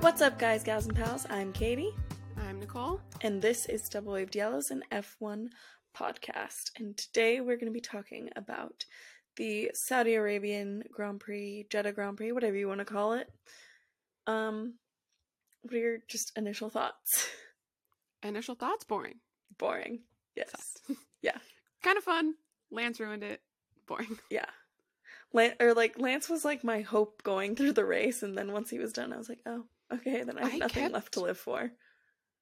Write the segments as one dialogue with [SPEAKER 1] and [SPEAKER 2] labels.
[SPEAKER 1] What's up, guys, gals, and pals? I'm Katie,
[SPEAKER 2] I'm Nicole.
[SPEAKER 1] and this is Double Waved Yellows and F1 podcast. And today we're going to be talking about the Saudi Arabian Grand Prix, Jeddah Grand Prix, whatever you want to call it. Um, what are your just initial thoughts?
[SPEAKER 2] Initial thoughts boring.
[SPEAKER 1] Boring. Yes. Yeah.
[SPEAKER 2] kind of fun. Lance ruined it. Boring.
[SPEAKER 1] Yeah. Lan- or like Lance was like my hope going through the race, and then once he was done, I was like, oh, okay, then I have
[SPEAKER 2] I
[SPEAKER 1] nothing
[SPEAKER 2] kept-
[SPEAKER 1] left to live for.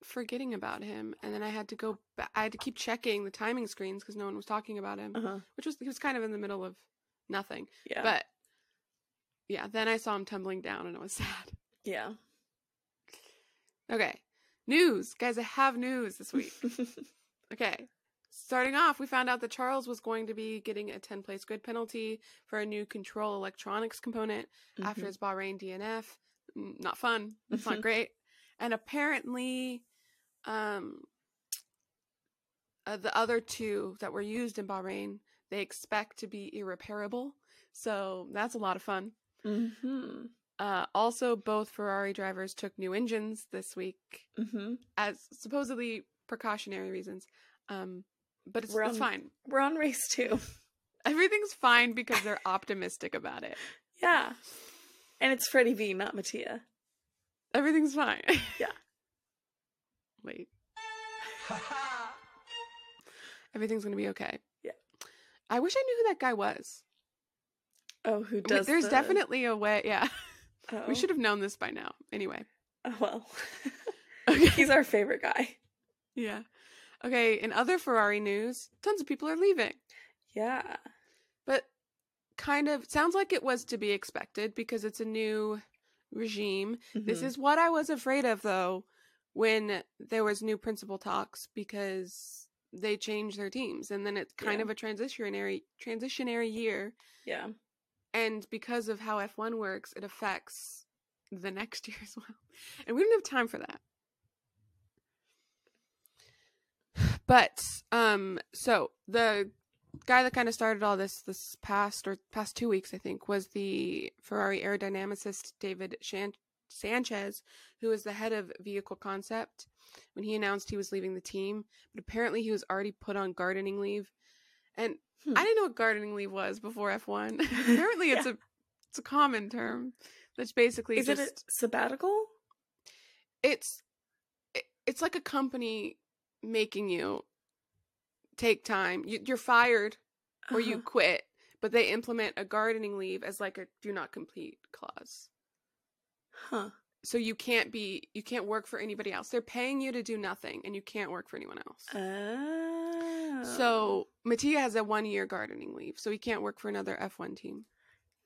[SPEAKER 2] Forgetting about him, and then I had to go. Ba- I had to keep checking the timing screens because no one was talking about him,
[SPEAKER 1] Uh huh.
[SPEAKER 2] which was he was kind of in the middle of nothing.
[SPEAKER 1] Yeah.
[SPEAKER 2] But yeah, then I saw him tumbling down, and it was sad.
[SPEAKER 1] yeah.
[SPEAKER 2] Okay, news, guys. I have news this week.
[SPEAKER 1] Mm-hmm.
[SPEAKER 2] Okay. Starting off, we found out that Charles was going to be getting a 10 place grid penalty for a new control electronics component
[SPEAKER 1] Mm-hmm.
[SPEAKER 2] after his Bahrain DNF. N- Not fun. It's
[SPEAKER 1] Mhm.
[SPEAKER 2] not great. And apparently, um, uh, the other two that were used in Bahrain, they expect to be irreparable. So that's a lot of fun.
[SPEAKER 1] Mm-hmm.
[SPEAKER 2] Uh, also, both Ferrari drivers took new engines this week
[SPEAKER 1] Mm-hmm.
[SPEAKER 2] as supposedly precautionary reasons. Um, but it's,
[SPEAKER 1] We're
[SPEAKER 2] it's
[SPEAKER 1] on-
[SPEAKER 2] fine.
[SPEAKER 1] We're on race two.
[SPEAKER 2] Everything's fine because they're optimistic about it.
[SPEAKER 1] Yeah. And it's Freddie V, not Mattia.
[SPEAKER 2] Everything's fine.
[SPEAKER 1] Yeah.
[SPEAKER 2] Wait. Everything's gonna be okay.
[SPEAKER 1] Yeah.
[SPEAKER 2] I wish I knew who that guy was.
[SPEAKER 1] Oh, who
[SPEAKER 2] Wait,
[SPEAKER 1] does
[SPEAKER 2] There's
[SPEAKER 1] the-
[SPEAKER 2] definitely a way. Yeah.
[SPEAKER 1] Oh.
[SPEAKER 2] We should have known this by now. Anyway.
[SPEAKER 1] Oh, well.
[SPEAKER 2] Okay.
[SPEAKER 1] He's our favorite guy.
[SPEAKER 2] yeah. Okay. In other Ferrari news, tons of people are leaving.
[SPEAKER 1] Yeah.
[SPEAKER 2] but kind of sounds like it was to be expected because it's a new regime. This
[SPEAKER 1] Mhm.
[SPEAKER 2] is what I was afraid of though when there was new principal talks because they changed their teams and then it's kind
[SPEAKER 1] Yeah.
[SPEAKER 2] of a transitionary transitionary year
[SPEAKER 1] yeah.
[SPEAKER 2] and because of how F1 works it affects the next year as well. And we don't have time for that. But um so the guy that kind of started all this this past or past two weeks I think was the Ferrari aerodynamicist David Shan- Sanchez who is the head of vehicle concept when he announced he was leaving the team but apparently he was already put on gardening leave and
[SPEAKER 1] Hmm.
[SPEAKER 2] I didn't know what gardening leave was before F1 apparently it's a it's a common term that's basically
[SPEAKER 1] Is
[SPEAKER 2] just
[SPEAKER 1] it a sabbatical?
[SPEAKER 2] it's it- it's like a company making you take time you, you're fired or you
[SPEAKER 1] Uh-huh.
[SPEAKER 2] quit but they implement a gardening leave as like a do not complete clause
[SPEAKER 1] Huh.
[SPEAKER 2] so you can't be you can't work for anybody else they're paying you to do nothing and you can't work for anyone else
[SPEAKER 1] Oh.
[SPEAKER 2] so mattia has a one year gardening leave so he can't work for another f1 team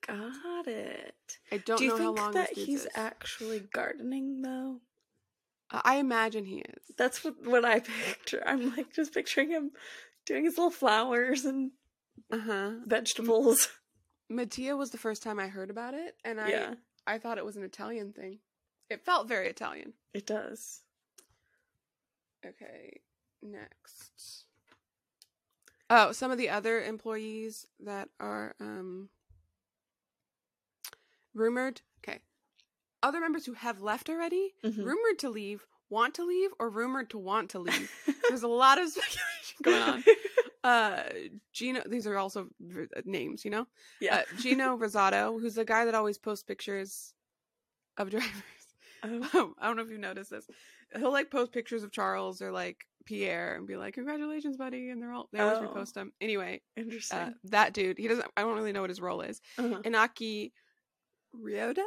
[SPEAKER 1] Oh. got it.
[SPEAKER 2] i don't
[SPEAKER 1] Do you
[SPEAKER 2] know
[SPEAKER 1] think
[SPEAKER 2] how long
[SPEAKER 1] that
[SPEAKER 2] this dude's
[SPEAKER 1] he's
[SPEAKER 2] is.
[SPEAKER 1] actually gardening though?
[SPEAKER 2] I- i imagine he is
[SPEAKER 1] That's what what I picture. I'm like just picturing him doing his little flowers and
[SPEAKER 2] uh-huh
[SPEAKER 1] vegetables.
[SPEAKER 2] mattia was the first time i heard about it and i
[SPEAKER 1] yeah,
[SPEAKER 2] I thought it was an Italian thing. It felt very Italian.
[SPEAKER 1] it does.
[SPEAKER 2] Okay, next. Oh, some of the other employees that are um rumored. Okay. Other members who have left already,
[SPEAKER 1] Mhm.
[SPEAKER 2] rumored to leave, want to leave, or rumored to want to leave. There's a lot of speculation going on. Uh Gino, these are also r- names, you know?
[SPEAKER 1] Yeah.
[SPEAKER 2] Uh, Gino Rosato, who's the guy that always posts pictures of drivers.
[SPEAKER 1] Oh,
[SPEAKER 2] I don't know if you noticed this. He'll like post pictures of Charles or like Pierre and be like, "Congratulations, buddy!" And they're all they always
[SPEAKER 1] Oh.
[SPEAKER 2] repost them. Anyway,
[SPEAKER 1] interesting.
[SPEAKER 2] uh, that dude, he doesn't. I don't really know what his role is.
[SPEAKER 1] Uh-huh.
[SPEAKER 2] Inaki Ryoda,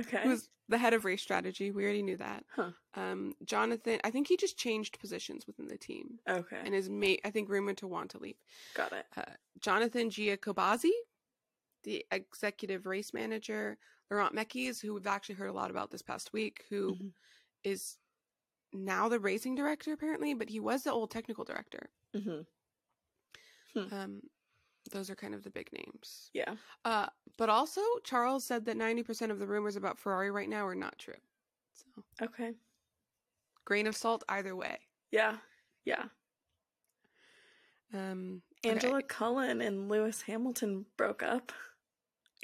[SPEAKER 1] Okay.
[SPEAKER 2] who's the head of race strategy, we already knew that.
[SPEAKER 1] eh? Huh.
[SPEAKER 2] Um, Jonathan, I think he just changed positions within the team
[SPEAKER 1] okay.
[SPEAKER 2] and is mate. I think rumored to want to leave.
[SPEAKER 1] Got it.
[SPEAKER 2] Jonathan Giacobazzi, the executive race manager, Laurent Mekies, who we've actually heard a lot about this past week, who is
[SPEAKER 1] Mhm.
[SPEAKER 2] now the racing director apparently, but he was the old technical director.
[SPEAKER 1] Mm-hmm.
[SPEAKER 2] Um, those are kind of the big names.
[SPEAKER 1] Yeah.
[SPEAKER 2] Uh, but also, Charles said that 90% of the rumors about Ferrari right now are not true. So,
[SPEAKER 1] Okay.
[SPEAKER 2] grain of salt either way.
[SPEAKER 1] Yeah. Yeah.
[SPEAKER 2] Um, okay.
[SPEAKER 1] Angela Cullen and Lewis Hamilton broke up.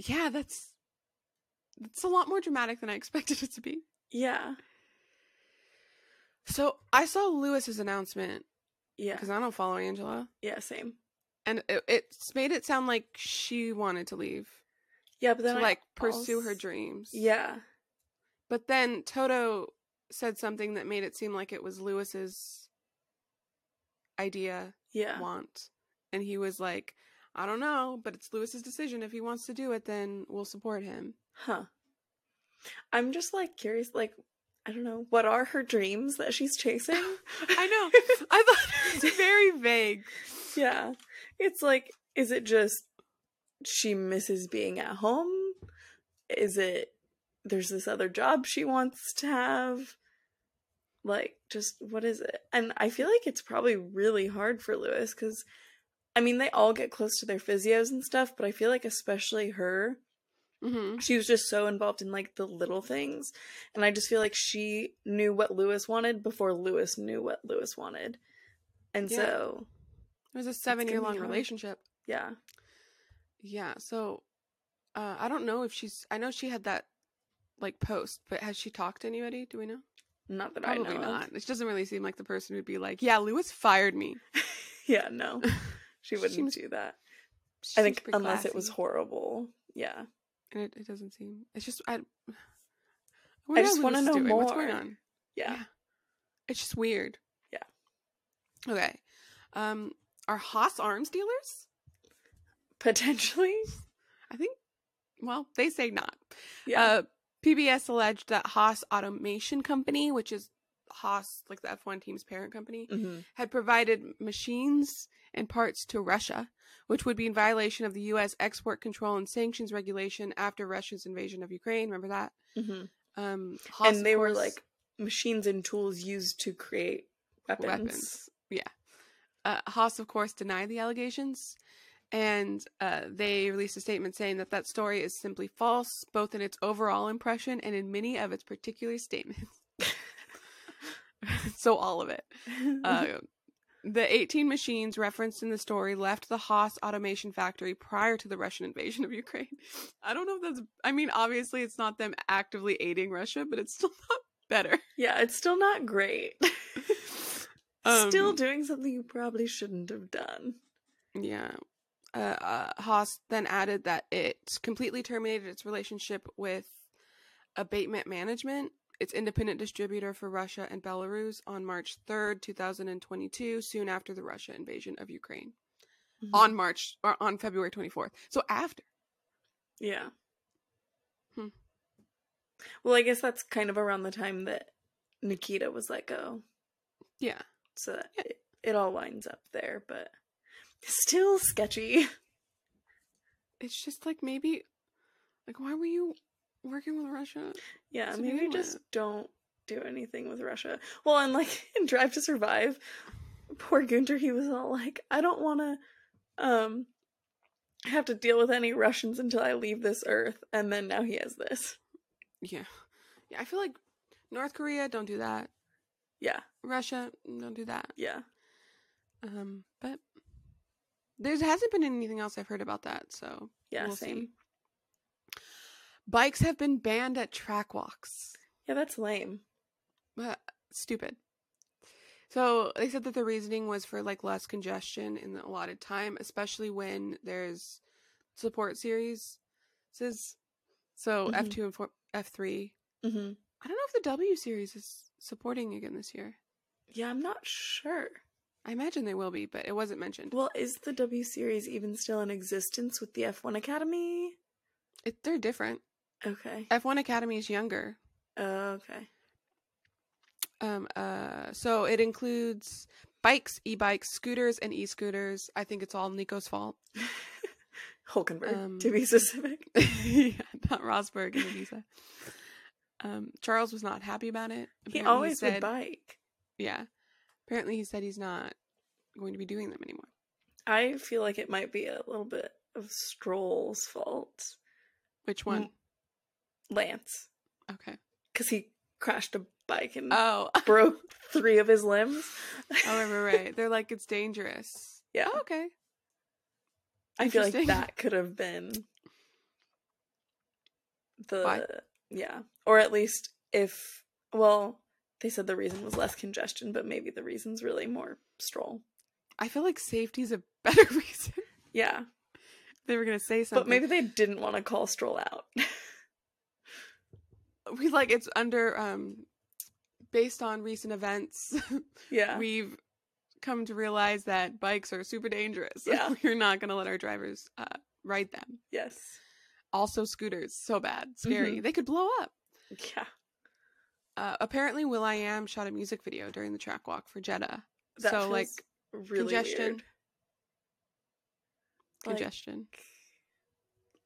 [SPEAKER 2] Yeah, that's that's a lot more dramatic than I expected it to be.
[SPEAKER 1] Yeah.
[SPEAKER 2] So I saw Lewis's announcement
[SPEAKER 1] Yeah.
[SPEAKER 2] because I don't follow Angela,
[SPEAKER 1] Yeah, same.
[SPEAKER 2] and it, it's made it sound like she wanted to leave
[SPEAKER 1] Yeah, but then
[SPEAKER 2] to
[SPEAKER 1] I
[SPEAKER 2] like pursue
[SPEAKER 1] als-
[SPEAKER 2] her dreams.
[SPEAKER 1] Yeah.
[SPEAKER 2] But then Toto said something that made it seem like it was Lewis's idea
[SPEAKER 1] Yeah.
[SPEAKER 2] want, and he was like, "I don't know, but it's Lewis's decision. If he wants to do it, then we'll support him."
[SPEAKER 1] Huh. I'm just like curious, like, I don't know, what are her dreams that she's chasing?
[SPEAKER 2] I know. I thought it was very vague.
[SPEAKER 1] yeah. It's like, is it just she misses being at home? Is it there's this other job she wants to have? Like, just what is it? And I feel like it's probably really hard for Lewis because, I mean, they all get close to their physios and stuff, but I feel like especially her,
[SPEAKER 2] hmm
[SPEAKER 1] she was just so involved in like the little things and i just feel like she knew what lewis wanted before lewis knew what lewis wanted and
[SPEAKER 2] Yeah.
[SPEAKER 1] so
[SPEAKER 2] It was a seven-year-long
[SPEAKER 1] hard.
[SPEAKER 2] relationship.
[SPEAKER 1] yeah
[SPEAKER 2] Yeah. So uh, I don't know if she's. I know she had that like post, but has she talked to anybody? Do we know?
[SPEAKER 1] not that i
[SPEAKER 2] Probably
[SPEAKER 1] know of.
[SPEAKER 2] not. It doesn't really seem like the person who'd be like, "Yeah, Lewis fired me."
[SPEAKER 1] yeah no she
[SPEAKER 2] She
[SPEAKER 1] wouldn't
[SPEAKER 2] was-
[SPEAKER 1] do that
[SPEAKER 2] She
[SPEAKER 1] i think
[SPEAKER 2] seems pretty
[SPEAKER 1] unless it was
[SPEAKER 2] classy.
[SPEAKER 1] horrible yeah
[SPEAKER 2] And it, it doesn't seem. It's just I. What
[SPEAKER 1] just
[SPEAKER 2] else
[SPEAKER 1] wanna
[SPEAKER 2] is
[SPEAKER 1] know
[SPEAKER 2] doing? What's going
[SPEAKER 1] more.
[SPEAKER 2] on?
[SPEAKER 1] yeah
[SPEAKER 2] It's just weird.
[SPEAKER 1] Yeah.
[SPEAKER 2] Okay. Um, are Haas arms dealers?
[SPEAKER 1] potentially
[SPEAKER 2] I think. Well, they say not.
[SPEAKER 1] yeah
[SPEAKER 2] Uh, PBS alleged that Haas Automation Company, which is Haas, like the F1 team's parent company,
[SPEAKER 1] Mhm.
[SPEAKER 2] had provided machines and parts to Russia, which would be in violation of the U.S. export control and sanctions regulation after Russia's invasion of Ukraine. Remember that?
[SPEAKER 1] Mhm.
[SPEAKER 2] Um, Haas,
[SPEAKER 1] and
[SPEAKER 2] of
[SPEAKER 1] they were
[SPEAKER 2] course-
[SPEAKER 1] like machines and tools used to create weapons,
[SPEAKER 2] Weapons. Uh, Haas, of course, denied the allegations, and uh, they released a statement saying that that story is simply false, both in its overall impression and in many of its particular statements. so all of it. Uh, the 18 machines referenced in the story left the Haas automation factory prior to the Russian invasion of Ukraine. I don't know if that's. I mean, obviously, it's not them actively aiding Russia, but it's still not better.
[SPEAKER 1] yeah it's still not great still
[SPEAKER 2] Um,
[SPEAKER 1] doing something you probably shouldn't have done
[SPEAKER 2] Yeah. Uh, uh, Haas then added that it completely terminated its relationship with Abatement Management, its independent distributor for Russia and Belarus, on March 3rd, 2022, soon after the Russia invasion of Ukraine.
[SPEAKER 1] Mhm.
[SPEAKER 2] On March, or on February 24th. So after.
[SPEAKER 1] Yeah.
[SPEAKER 2] Hmm.
[SPEAKER 1] Well, I guess that's kind of around the time that Nikita was let go.
[SPEAKER 2] Yeah.
[SPEAKER 1] So that
[SPEAKER 2] Yeah.
[SPEAKER 1] it, it all lines up there, but still sketchy.
[SPEAKER 2] It's just like maybe, like, why were you working with Russia?
[SPEAKER 1] Yeah,
[SPEAKER 2] To
[SPEAKER 1] maybe
[SPEAKER 2] begin
[SPEAKER 1] just
[SPEAKER 2] with.
[SPEAKER 1] don't do anything with Russia. Well, and like in Drive to Survive, poor Gunter, he was all like, I don't want to um have to deal with any Russians until I leave this earth. And then now he has this.
[SPEAKER 2] Yeah. Yeah, I feel like North Korea, don't do that.
[SPEAKER 1] Yeah,
[SPEAKER 2] Russia, don't do that.
[SPEAKER 1] yeah.
[SPEAKER 2] Um, but there hasn't been anything else I've heard about that. So
[SPEAKER 1] Yeah,
[SPEAKER 2] We'll see.
[SPEAKER 1] same.
[SPEAKER 2] bikes have been banned at track walks.
[SPEAKER 1] Yeah, that's lame.
[SPEAKER 2] Uh, stupid. So they said that the reasoning was for like less congestion in the allotted time, especially when there's support series. Says so
[SPEAKER 1] Mhm.
[SPEAKER 2] F two and four, F three.
[SPEAKER 1] hmm
[SPEAKER 2] I don't know if the W series is supporting again this year.
[SPEAKER 1] Yeah, I'm not sure.
[SPEAKER 2] I imagine they will be, but it wasn't mentioned.
[SPEAKER 1] Well, is the W series even still in existence with the F1 Academy?
[SPEAKER 2] It, they're different.
[SPEAKER 1] Okay.
[SPEAKER 2] F one Academy is younger,
[SPEAKER 1] Okay.
[SPEAKER 2] Um, uh, so it includes bikes, e-bikes, scooters, and e-scooters. I think it's all Nico's fault.
[SPEAKER 1] Hulkenberg,
[SPEAKER 2] Um,
[SPEAKER 1] to be specific.
[SPEAKER 2] yeah, not Rosberg and Ibiza. Um, Charles was not happy about it.
[SPEAKER 1] He
[SPEAKER 2] Apparently
[SPEAKER 1] always
[SPEAKER 2] said,
[SPEAKER 1] would bike.
[SPEAKER 2] Yeah. Apparently he said he's not going to be doing them anymore.
[SPEAKER 1] I feel like it might be a little bit of Stroll's fault.
[SPEAKER 2] Which
[SPEAKER 1] Mm.
[SPEAKER 2] one?
[SPEAKER 1] Lance.
[SPEAKER 2] Okay.
[SPEAKER 1] Because he crashed a bike and
[SPEAKER 2] Oh. oh,
[SPEAKER 1] broke three of his limbs.
[SPEAKER 2] right, right, right. They're like it's dangerous.
[SPEAKER 1] yeah.
[SPEAKER 2] Oh, okay.
[SPEAKER 1] I feel like
[SPEAKER 2] Interesting.
[SPEAKER 1] that could have been the
[SPEAKER 2] Why?
[SPEAKER 1] yeah, or at least if well, they said the reason was less congestion, but maybe the reason's really more stroll.
[SPEAKER 2] I feel like safety's a better reason.
[SPEAKER 1] Yeah,
[SPEAKER 2] they were gonna say something,
[SPEAKER 1] but maybe they didn't want to call stroll out.
[SPEAKER 2] we like it's under um, based on recent events.
[SPEAKER 1] yeah,
[SPEAKER 2] We've come to realize that bikes are super dangerous.
[SPEAKER 1] Yeah.
[SPEAKER 2] we're not gonna let our drivers uh, ride them.
[SPEAKER 1] yes,
[SPEAKER 2] Also, scooters so bad, scary.
[SPEAKER 1] Mm-hmm.
[SPEAKER 2] They could blow up.
[SPEAKER 1] yeah.
[SPEAKER 2] Uh, apparently, Will I Am shot a music video during the track walk for Jeddah.
[SPEAKER 1] That
[SPEAKER 2] so
[SPEAKER 1] feels
[SPEAKER 2] like
[SPEAKER 1] really
[SPEAKER 2] congestion,
[SPEAKER 1] weird. Like,
[SPEAKER 2] congestion.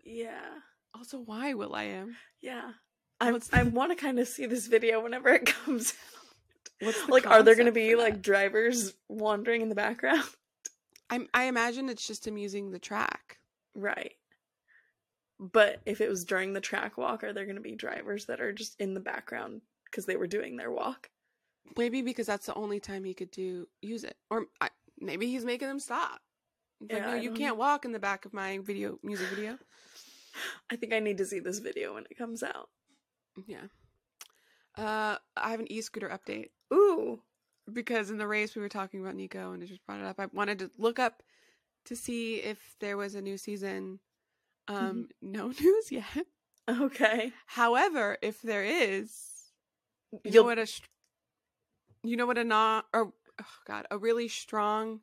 [SPEAKER 1] yeah,
[SPEAKER 2] Also, why Will I Am?
[SPEAKER 1] yeah. I
[SPEAKER 2] What's
[SPEAKER 1] I
[SPEAKER 2] the-
[SPEAKER 1] want to kind of see this video whenever it comes out.
[SPEAKER 2] What's the
[SPEAKER 1] like, are there going to
[SPEAKER 2] concept
[SPEAKER 1] be
[SPEAKER 2] for
[SPEAKER 1] like
[SPEAKER 2] that?
[SPEAKER 1] drivers wandering in the background?
[SPEAKER 2] I'm, I imagine it's just amusing the track.
[SPEAKER 1] Right. But if it was during the track walk, are there going to be drivers that are just in the background because they were doing their walk?
[SPEAKER 2] Maybe because that's the only time he could do use it, or I, maybe he's making them stop. He's like,
[SPEAKER 1] Yeah,
[SPEAKER 2] no,
[SPEAKER 1] I
[SPEAKER 2] you
[SPEAKER 1] don't
[SPEAKER 2] can't walk in the back of my video music video.
[SPEAKER 1] I think I need to see this video when it comes out.
[SPEAKER 2] yeah. Uh, I have an e-scooter update
[SPEAKER 1] Ooh.
[SPEAKER 2] because in the race we were talking about Nico and I just brought it up. I wanted to look up to see if there was a new season. Um,
[SPEAKER 1] Mm-hmm.
[SPEAKER 2] no news yet.
[SPEAKER 1] Okay.
[SPEAKER 2] However, if there is, You know
[SPEAKER 1] You'll-
[SPEAKER 2] what a str- you know what a not or oh god a really strong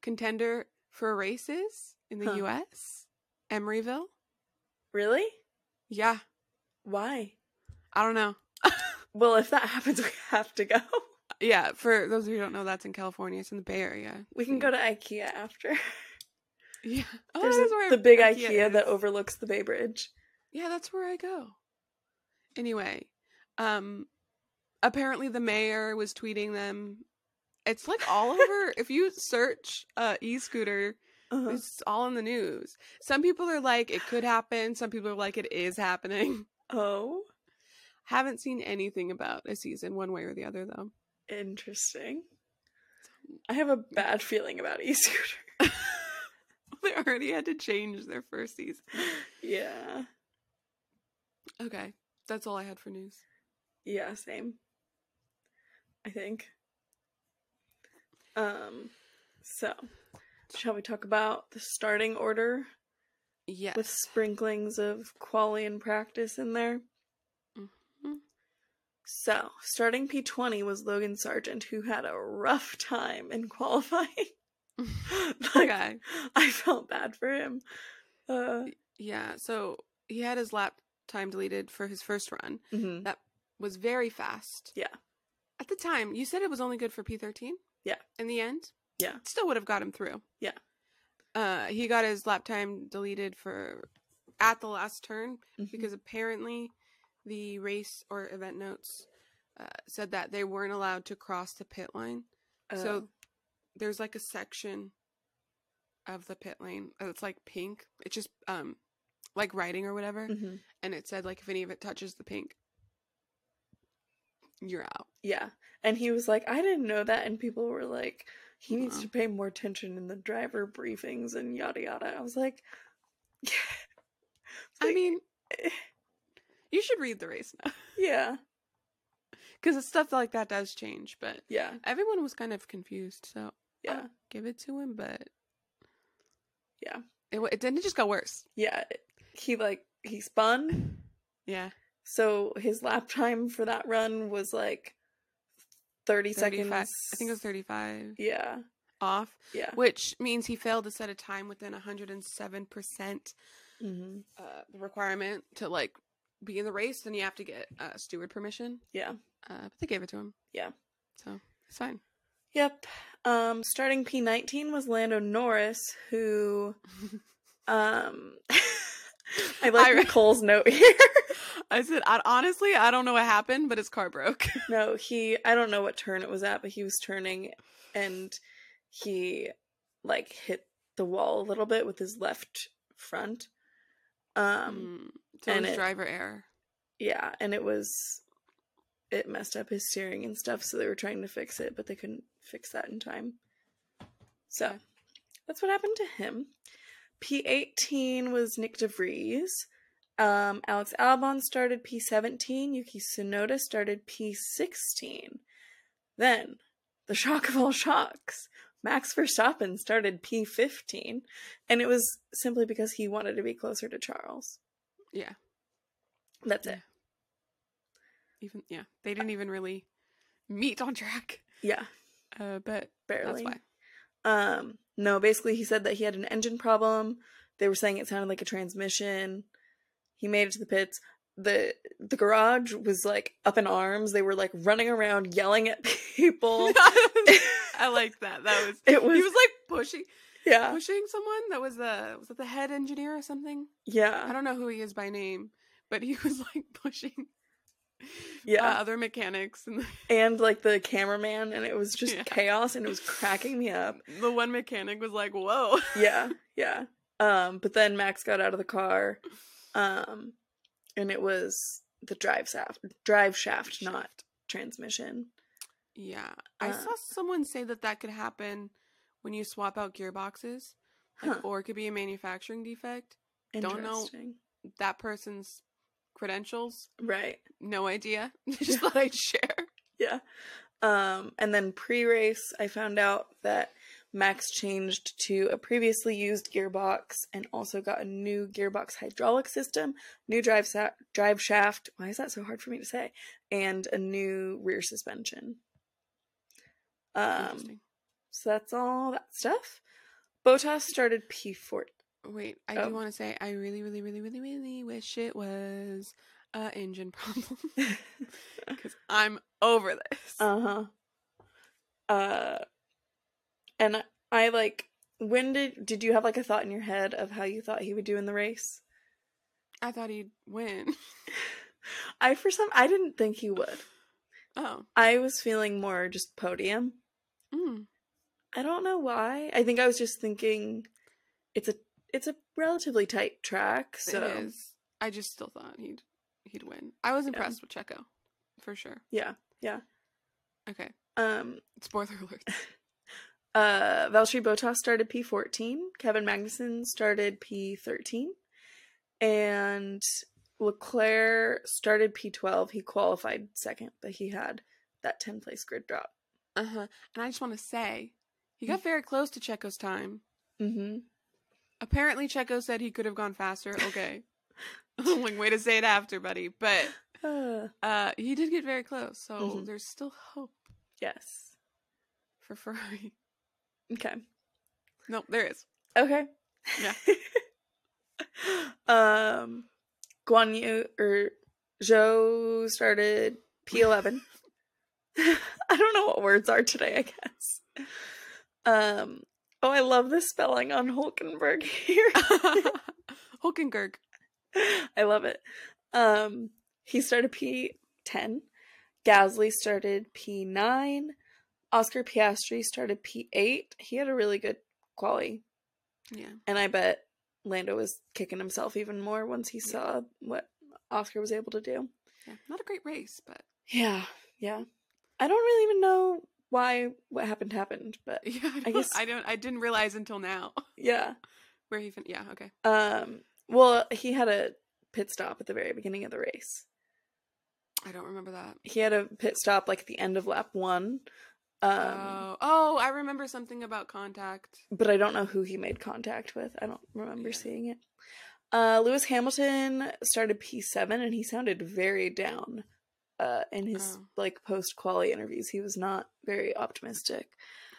[SPEAKER 2] contender for a race is in the
[SPEAKER 1] Huh.
[SPEAKER 2] U.S. Emeryville.
[SPEAKER 1] really?
[SPEAKER 2] Yeah,
[SPEAKER 1] Why?
[SPEAKER 2] I don't know.
[SPEAKER 1] Well, if that happens, we have to go.
[SPEAKER 2] Yeah, for those of you who don't know, that's in California. It's in the Bay Area.
[SPEAKER 1] We can go to IKEA after.
[SPEAKER 2] Yeah, oh,
[SPEAKER 1] There's
[SPEAKER 2] that's
[SPEAKER 1] a-
[SPEAKER 2] where
[SPEAKER 1] the big IKEA, that
[SPEAKER 2] is.
[SPEAKER 1] overlooks the Bay Bridge.
[SPEAKER 2] Yeah, that's where I go. Anyway, um apparently the mayor was tweeting them. It's like all over if you search uh e-scooter,
[SPEAKER 1] Uh-huh.
[SPEAKER 2] it's all in the news. Some people are like it could happen, some people are like it is happening.
[SPEAKER 1] Oh,
[SPEAKER 2] Haven't seen anything about a season one way or the other though.
[SPEAKER 1] interesting. I have a bad feeling about e scooter.
[SPEAKER 2] They already had to change their first season.
[SPEAKER 1] Yeah.
[SPEAKER 2] Okay. That's all I had for news.
[SPEAKER 1] Yeah, same. I think. Um so shall we talk about the starting order
[SPEAKER 2] Yes.
[SPEAKER 1] with sprinklings of quali and practice in there?
[SPEAKER 2] Mhm.
[SPEAKER 1] So, starting P20 was Logan Sargent, who had a rough time in qualifying. like,
[SPEAKER 2] okay.
[SPEAKER 1] I felt bad for him. Uh,
[SPEAKER 2] Yeah, so he had his lap time deleted for his first run.
[SPEAKER 1] mhm.
[SPEAKER 2] was very fast.
[SPEAKER 1] Yeah.
[SPEAKER 2] At the time, you said it was only good for P13?
[SPEAKER 1] Yeah.
[SPEAKER 2] In the end?
[SPEAKER 1] Yeah.
[SPEAKER 2] Still would have got him through.
[SPEAKER 1] Yeah.
[SPEAKER 2] Uh he got his lap time deleted for at the last turn
[SPEAKER 1] Mhm.
[SPEAKER 2] because apparently the race or event notes uh, said that they weren't allowed to cross the pit line.
[SPEAKER 1] Uh,
[SPEAKER 2] So there's like a section of the pit lane and it's like pink. It's just um like writing or whatever
[SPEAKER 1] mhm.
[SPEAKER 2] and it said like if any of it touches the pink you're out
[SPEAKER 1] Yeah. And he was like, I didn't know that. And people were like, he needs
[SPEAKER 2] Wow.
[SPEAKER 1] to pay more attention in the driver briefings and yada yada. I was like,
[SPEAKER 2] i
[SPEAKER 1] Like- eh.
[SPEAKER 2] mean you should read the race now
[SPEAKER 1] yeah,
[SPEAKER 2] because stuff like that does change but
[SPEAKER 1] yeah,
[SPEAKER 2] everyone was kind of confused so
[SPEAKER 1] yeah,
[SPEAKER 2] I'll give it to him but
[SPEAKER 1] Yeah.
[SPEAKER 2] it, wa- it didn't it just got worse
[SPEAKER 1] yeah. He like, he spun.
[SPEAKER 2] yeah
[SPEAKER 1] So his lap time for that run was like 30
[SPEAKER 2] 35
[SPEAKER 1] seconds.
[SPEAKER 2] i think it was 35
[SPEAKER 1] Yeah,
[SPEAKER 2] off
[SPEAKER 1] yeah.
[SPEAKER 2] which means he failed to set a time within 107%
[SPEAKER 1] hmm
[SPEAKER 2] uh, the requirement to like be in the race then you have to get uh, steward permission
[SPEAKER 1] Yeah.
[SPEAKER 2] uh, but they gave it to him
[SPEAKER 1] Yeah.
[SPEAKER 2] so it's fine
[SPEAKER 1] Yep. Um, starting P19 was Lando Norris, who, um, I like
[SPEAKER 2] I-
[SPEAKER 1] Nicole's note here.
[SPEAKER 2] I said, I, honestly, I don't know what happened, but his car broke.
[SPEAKER 1] No, he I don't know what turn it was at, but he was turning and he like hit the wall a little bit with his left front. Um
[SPEAKER 2] Mm, so it
[SPEAKER 1] and
[SPEAKER 2] was
[SPEAKER 1] it-
[SPEAKER 2] driver error.
[SPEAKER 1] yeah, and it was it messed up his steering and stuff, so they were trying to fix it, but they couldn't fix that in time. So
[SPEAKER 2] Okay.
[SPEAKER 1] that's what happened to him. P eighteen was Nick DeVries. Um, Alex Albon started P17. Yuki Tsunoda started P16. Then, the shock of all shocks, Max Verstappen started P15. And it was simply because he wanted to be closer to Charles.
[SPEAKER 2] Yeah.
[SPEAKER 1] That's it.
[SPEAKER 2] Even yeah, they didn't even really meet on track.
[SPEAKER 1] Yeah,
[SPEAKER 2] Uh, but
[SPEAKER 1] barely.
[SPEAKER 2] that's why.
[SPEAKER 1] Um, no, basically he said that he had an engine problem. They were saying it sounded like a transmission. He made it to the pits. The the garage was like up in arms. They were like running around yelling at people.
[SPEAKER 2] I liked that. That was
[SPEAKER 1] it was,
[SPEAKER 2] he was like pushing
[SPEAKER 1] yeah.
[SPEAKER 2] pushing someone. That was the was that the head engineer or something? I
[SPEAKER 1] Yeah.
[SPEAKER 2] don't know who he is by name, but he was like pushing uh,
[SPEAKER 1] Yeah.
[SPEAKER 2] other mechanics and
[SPEAKER 1] and like the cameraman and it was just
[SPEAKER 2] Yeah.
[SPEAKER 1] chaos and it was cracking me up.
[SPEAKER 2] the one mechanic was like, "Whoa."
[SPEAKER 1] yeah yeah um but then max got out of the car um and it was the drive shaft drive shaft not transmission
[SPEAKER 2] Yeah. I
[SPEAKER 1] Uh,
[SPEAKER 2] saw someone say that that could happen when you swap out gearboxes, like,
[SPEAKER 1] huh
[SPEAKER 2] or it could be a manufacturing defect. don't know.
[SPEAKER 1] interesting
[SPEAKER 2] That person's credentials,
[SPEAKER 1] right
[SPEAKER 2] no idea. Just thought I'd share.
[SPEAKER 1] yeah um and then pre-race i found out that max changed to a previously used gearbox and also got a new gearbox hydraulic system new drive sa- drive shaft why is that so hard for me to say and a new rear suspension um
[SPEAKER 2] Interesting.
[SPEAKER 1] So that's all that stuff. Botas started P4.
[SPEAKER 2] Wait, I
[SPEAKER 1] oh.
[SPEAKER 2] do want to say I really, really, really, really, really wish it was a engine problem because I'm over this.
[SPEAKER 1] Uh-huh. Uh and I, I like when did did you have like a thought in your head of how you thought he would do in the race?
[SPEAKER 2] I thought he'd win.
[SPEAKER 1] I for some I didn't think he would.
[SPEAKER 2] Oh,
[SPEAKER 1] I was feeling more just podium.
[SPEAKER 2] mm.
[SPEAKER 1] I don't know why. I think I was just thinking it's a it's a relatively tight track, so
[SPEAKER 2] it is. I just still thought he'd he'd win. I was impressed with Checo, for sure.
[SPEAKER 1] yeah.
[SPEAKER 2] Okay,
[SPEAKER 1] Um
[SPEAKER 2] spoiler alert.
[SPEAKER 1] Uh, Valtteri Bottas started P14. Kevin Magnussen started P13. And Leclerc started P12. He qualified second, but he had that 10 place grid drop.
[SPEAKER 2] Uh huh. And I just want to say, he got very close to Checo's time.
[SPEAKER 1] Mm-hmm.
[SPEAKER 2] Apparently, Checo said he could have gone faster. Okay, I'm like way to say it after, buddy. But
[SPEAKER 1] Uh,
[SPEAKER 2] uh, he did get very close, so
[SPEAKER 1] Mhm.
[SPEAKER 2] there's still hope
[SPEAKER 1] yes.
[SPEAKER 2] for Ferrari.
[SPEAKER 1] Okay.
[SPEAKER 2] No, there is.
[SPEAKER 1] Okay.
[SPEAKER 2] Yeah.
[SPEAKER 1] um, Guan Yu or Zhou started P11. I don't know what words are today, I guess. Um, oh, I love the spelling on Hulkenberg here.
[SPEAKER 2] Hulkenberg.
[SPEAKER 1] I love it. Um, he started P10. Gasly started P9. Oscar Piastri started P8. He had a really good quali
[SPEAKER 2] Yeah.
[SPEAKER 1] and I bet Lando was kicking himself even more once he saw what Oscar was able to do.
[SPEAKER 2] Yeah. Not a great race, but
[SPEAKER 1] Yeah, yeah. I don't really even know why what happened happened, but
[SPEAKER 2] yeah. I,
[SPEAKER 1] guess-
[SPEAKER 2] guess I don't. I didn't realize until now
[SPEAKER 1] yeah.
[SPEAKER 2] where he. Fin- yeah. Okay.
[SPEAKER 1] Um well, he had a pit stop at the very beginning of the race.
[SPEAKER 2] I don't remember that.
[SPEAKER 1] He had a pit stop like at the end of lap 1. Um
[SPEAKER 2] oh. Oh, I remember something about contact.
[SPEAKER 1] but I don't know who he made contact with. I don't remember
[SPEAKER 2] Yeah.
[SPEAKER 1] seeing it. Uh, Lewis Hamilton started P7 and he sounded very down uh, in his
[SPEAKER 2] Oh.
[SPEAKER 1] like post quali interviews. He was not very optimistic.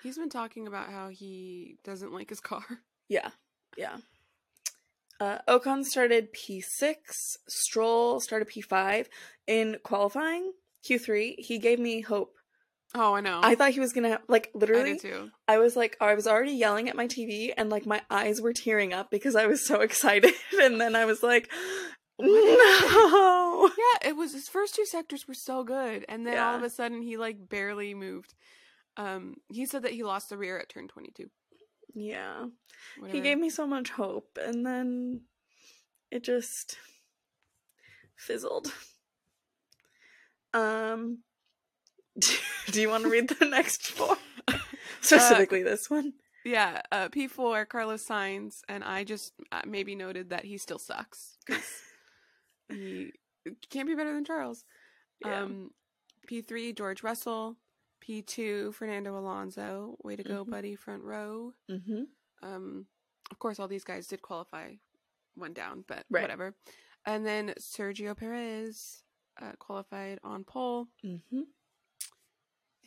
[SPEAKER 2] He's been talking about how he doesn't like his car.
[SPEAKER 1] Yeah, yeah. Uh, Ocon started P6. Stroll started P5. In qualifying, Q3, he gave me hope.
[SPEAKER 2] Oh, I know.
[SPEAKER 1] I thought he was going to, like, literally.
[SPEAKER 2] I do too.
[SPEAKER 1] I was like, I was already yelling at my TV and like my eyes were tearing up because I was so excited. And then I was like, no.
[SPEAKER 2] Yeah, it was his first two sectors were so good, and then all of
[SPEAKER 1] Yeah.
[SPEAKER 2] a sudden he like barely moved. Um, he said that he lost the rear at turn twenty two.
[SPEAKER 1] Yeah. He gave me so much hope. And then it just fizzled. Um, do you want to read the next four? Uh, Specifically, this one.
[SPEAKER 2] Yeah, uh, P four Carlos Sainz, and I just uh, maybe noted that he still sucks. 'cause He uh, can't be better than Charles.
[SPEAKER 1] Yeah.
[SPEAKER 2] Um, P3, George Russell. P2, Fernando Alonso. Way to go,
[SPEAKER 1] Mhm.
[SPEAKER 2] buddy. Front row.
[SPEAKER 1] mm-hmm.
[SPEAKER 2] Um, of course, all these guys did qualify one down, but
[SPEAKER 1] Right.
[SPEAKER 2] whatever. And then Sergio Perez uh, qualified on pole.
[SPEAKER 1] Mm-hmm.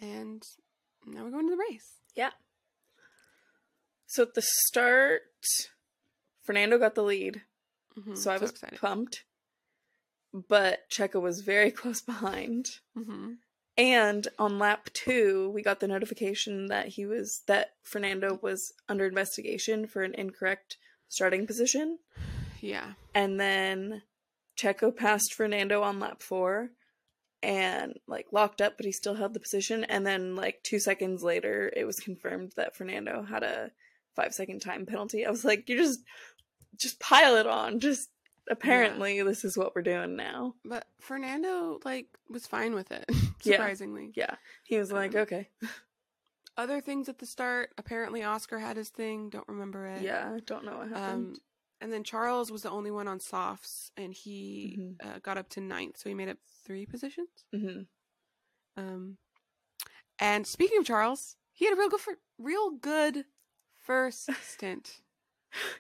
[SPEAKER 2] And now we're going to the race.
[SPEAKER 1] So at the start, Fernando got the lead.
[SPEAKER 2] Mhm,
[SPEAKER 1] so I was
[SPEAKER 2] excited.
[SPEAKER 1] pumped. But Checo was very close behind.
[SPEAKER 2] hmm
[SPEAKER 1] And on lap two, we got the notification that he was that Fernando was under investigation for an incorrect starting position.
[SPEAKER 2] Yeah.
[SPEAKER 1] And then Checo passed Fernando on lap four and like locked up, but he still held the position. And then like two seconds later, it was confirmed that Fernando had a five second time penalty. I was like, you just just pile it on. Just apparently this is what we're doing now.
[SPEAKER 2] But Fernando like was fine with it,
[SPEAKER 1] Yeah.
[SPEAKER 2] surprisingly.
[SPEAKER 1] Yeah. He was like,
[SPEAKER 2] Um,
[SPEAKER 1] okay.
[SPEAKER 2] Other things at the start, apparently Oscar had his thing, don't remember it.
[SPEAKER 1] Yeah. I Don't know what happened.
[SPEAKER 2] eh, Um and then Charles was the only one on softs and he
[SPEAKER 1] Mhm.
[SPEAKER 2] uh, got up to ninth, so he made up three positions.
[SPEAKER 1] hmm
[SPEAKER 2] Um and speaking of Charles, he had a real good fir- real good first stint.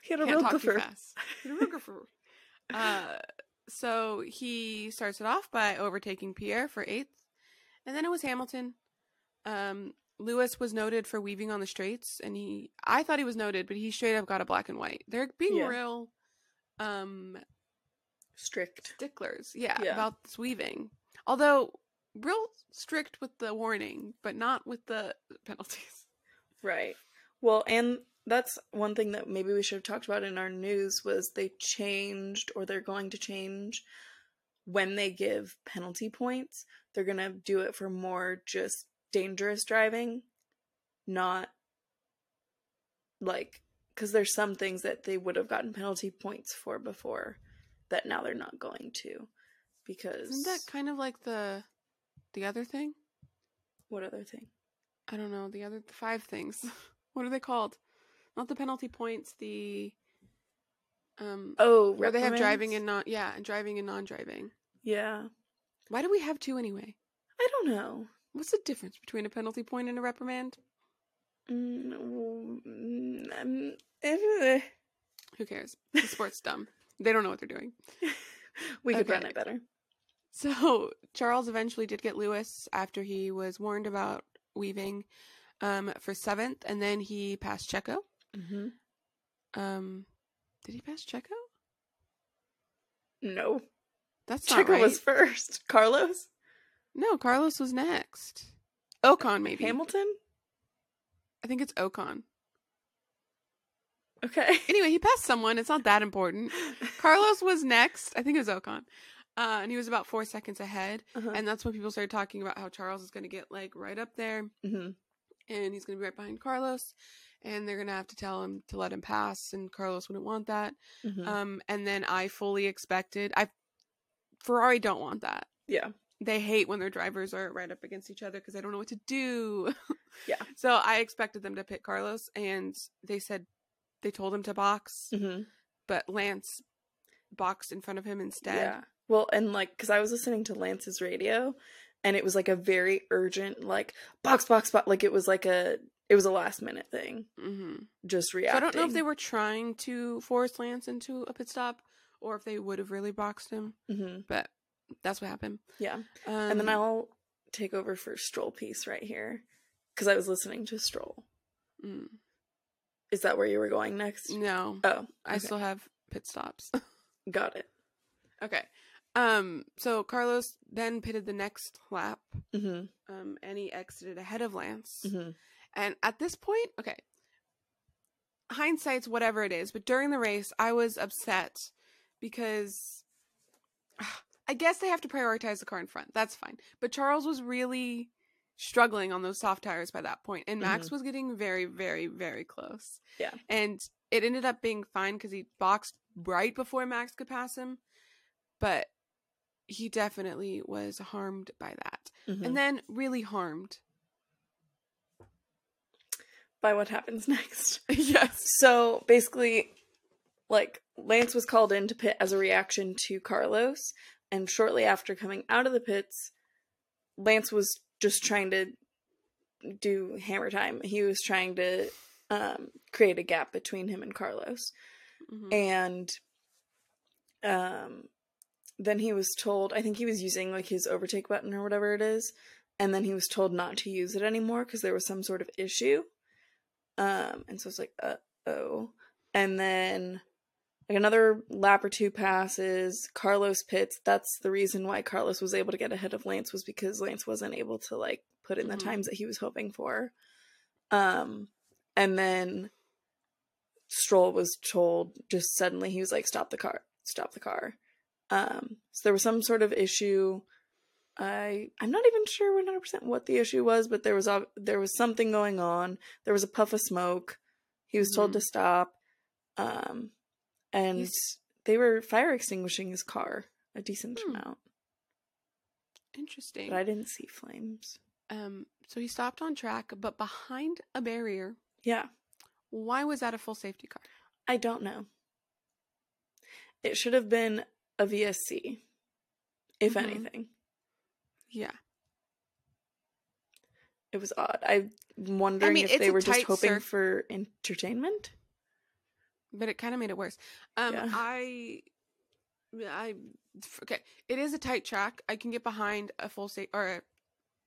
[SPEAKER 1] He had a
[SPEAKER 2] Can't
[SPEAKER 1] real
[SPEAKER 2] talk
[SPEAKER 1] good
[SPEAKER 2] too fast. He had a real good fir- Uh, so he starts it off by overtaking Pierre for eighth, and then it was Hamilton. Um, Lewis was noted for weaving on the straights, and he I thought he was noted, but he straight up got a black and white. They're being
[SPEAKER 1] Yeah.
[SPEAKER 2] real um
[SPEAKER 1] Strict.
[SPEAKER 2] sticklers, yeah,
[SPEAKER 1] Yeah.
[SPEAKER 2] about this weaving. Although real strict with the warning, but not with the penalties.
[SPEAKER 1] Right. Well, and that's one thing that maybe we should have talked about in our news was they changed or they're going to change when they give penalty points. They're going to do it for more just dangerous driving, not like cuz there's some things that they would have gotten penalty points for before that now they're not going to because
[SPEAKER 2] Isn't that kind of like the the other thing?
[SPEAKER 1] what other thing?
[SPEAKER 2] I don't know, the other the five things. what are they called? Not the penalty points, the um
[SPEAKER 1] Oh,
[SPEAKER 2] where they have driving
[SPEAKER 1] reprimands?
[SPEAKER 2] and not yeah, and driving and non-driving.
[SPEAKER 1] Yeah.
[SPEAKER 2] Why do we have two anyway?
[SPEAKER 1] I don't know.
[SPEAKER 2] What's the difference between a penalty point and a reprimand?
[SPEAKER 1] Mm, w- mm, um, eh,
[SPEAKER 2] Who cares? The sport's dumb. They don't know what they're doing.
[SPEAKER 1] we could run
[SPEAKER 2] Okay.
[SPEAKER 1] it better.
[SPEAKER 2] So Charles eventually did get Lewis after he was warned about weaving um for 7th and then he passed Checo.
[SPEAKER 1] Mm-hmm.
[SPEAKER 2] Um did he pass Checo?
[SPEAKER 1] No,
[SPEAKER 2] That's not
[SPEAKER 1] Checo
[SPEAKER 2] right.
[SPEAKER 1] was first. Carlos
[SPEAKER 2] No, Carlos was next. Ocon, maybe.
[SPEAKER 1] Hamilton.
[SPEAKER 2] I think it's Ocon.
[SPEAKER 1] Okay.
[SPEAKER 2] Anyway, he passed someone. It's not that important.
[SPEAKER 1] Mm-hmm,
[SPEAKER 2] Carlos was next. I think it was Ocon. Uh, and he was about four seconds ahead.
[SPEAKER 1] Uh-huh.
[SPEAKER 2] And that's when people started talking about how Charles is going to get like right up there
[SPEAKER 1] hmm
[SPEAKER 2] and he's going to be right behind Carlos. And they're going to have to tell him to let him pass. And Carlos wouldn't want that.
[SPEAKER 1] Mm. mm-hmm.
[SPEAKER 2] Um, and then I fully expected, I Ferrari don't want that.
[SPEAKER 1] yeah.
[SPEAKER 2] they hate when their drivers are right up against each other because they don't know what to do.
[SPEAKER 1] Yeah.
[SPEAKER 2] So I expected them to pick Carlos, and they said they told him to box,
[SPEAKER 1] hmm
[SPEAKER 2] but Lance boxed in front of him instead.
[SPEAKER 1] Yeah. Well, and like, because I was listening to Lance's radio, and it was like a very urgent, like box, box, box. Like it was like a, it was a last minute thing.
[SPEAKER 2] hmm
[SPEAKER 1] Just
[SPEAKER 2] So
[SPEAKER 1] reacting.
[SPEAKER 2] I don't know if they were trying to force Lance into a pit stop or if they would have really boxed him,
[SPEAKER 1] hmm
[SPEAKER 2] but that's what happened.
[SPEAKER 1] Yeah.
[SPEAKER 2] Um,
[SPEAKER 1] and then I'll take over for Stroll piece right here, because I was listening to Stroll.
[SPEAKER 2] mm,
[SPEAKER 1] Is that where you were going next?
[SPEAKER 2] no,
[SPEAKER 1] Oh,
[SPEAKER 2] I
[SPEAKER 1] okay.
[SPEAKER 2] still have pit stops.
[SPEAKER 1] got it.
[SPEAKER 2] okay. Um. So Carlos then pitted the next lap.
[SPEAKER 1] Mm-hmm.
[SPEAKER 2] um, and he exited ahead of Lance.
[SPEAKER 1] Mm-hmm.
[SPEAKER 2] And at this point, okay, hindsight's whatever it is, but during the race, I was upset because I guess they have to prioritize the car in front. That's fine. But Charles was really struggling on those soft tires by that point, and Max was getting very, very, very close.
[SPEAKER 1] Yeah.
[SPEAKER 2] And it ended up being fine because he boxed right before Max could pass him, but he definitely was harmed by that
[SPEAKER 1] Mm-hmm.
[SPEAKER 2] and then really harmed.
[SPEAKER 1] by what happens next.
[SPEAKER 2] yes.
[SPEAKER 1] So basically, like Lance was called into pit as a reaction to Carlos, and shortly after coming out of the pits, Lance was just trying to do hammer time. He was trying to um, create a gap between him and Carlos,
[SPEAKER 2] Mhm.
[SPEAKER 1] and um, then he was told. I think he was using like his overtake button or whatever it is, and then he was told not to use it anymore because there was some sort of issue. Um, and so it's like, uh oh. And then like another lap or two passes. Carlos pits. That's the reason why Carlos was able to get ahead of Lance was because Lance wasn't able to like put in the
[SPEAKER 2] Mhm.
[SPEAKER 1] times that he was hoping for. Um, and then Stroll was told just suddenly he was like, "Stop the car! Stop the car!" Um, so there was some sort of issue. I I'm not even sure 100 percent what the issue was, but there was ob- there was something going on. There was a puff of smoke. He was told
[SPEAKER 2] Mhm.
[SPEAKER 1] to stop, um, and
[SPEAKER 2] He's-
[SPEAKER 1] they were fire extinguishing his car a decent
[SPEAKER 2] Hmm.
[SPEAKER 1] amount,
[SPEAKER 2] Interesting.
[SPEAKER 1] but I didn't see flames.
[SPEAKER 2] Um, so he stopped on track, but behind a barrier.
[SPEAKER 1] Yeah,
[SPEAKER 2] Why was that a full safety car?
[SPEAKER 1] I don't know. It should have been a VSC, if
[SPEAKER 2] Mhm.
[SPEAKER 1] anything.
[SPEAKER 2] Yeah,
[SPEAKER 1] It was odd. I'm wondering
[SPEAKER 2] mean,
[SPEAKER 1] if
[SPEAKER 2] it's
[SPEAKER 1] they
[SPEAKER 2] a
[SPEAKER 1] were just
[SPEAKER 2] tight
[SPEAKER 1] hoping
[SPEAKER 2] cir-
[SPEAKER 1] for entertainment.
[SPEAKER 2] but it kind of made it worse. Um,
[SPEAKER 1] Yeah.
[SPEAKER 2] I, I, okay, it is a tight track. I can get behind a full safety or a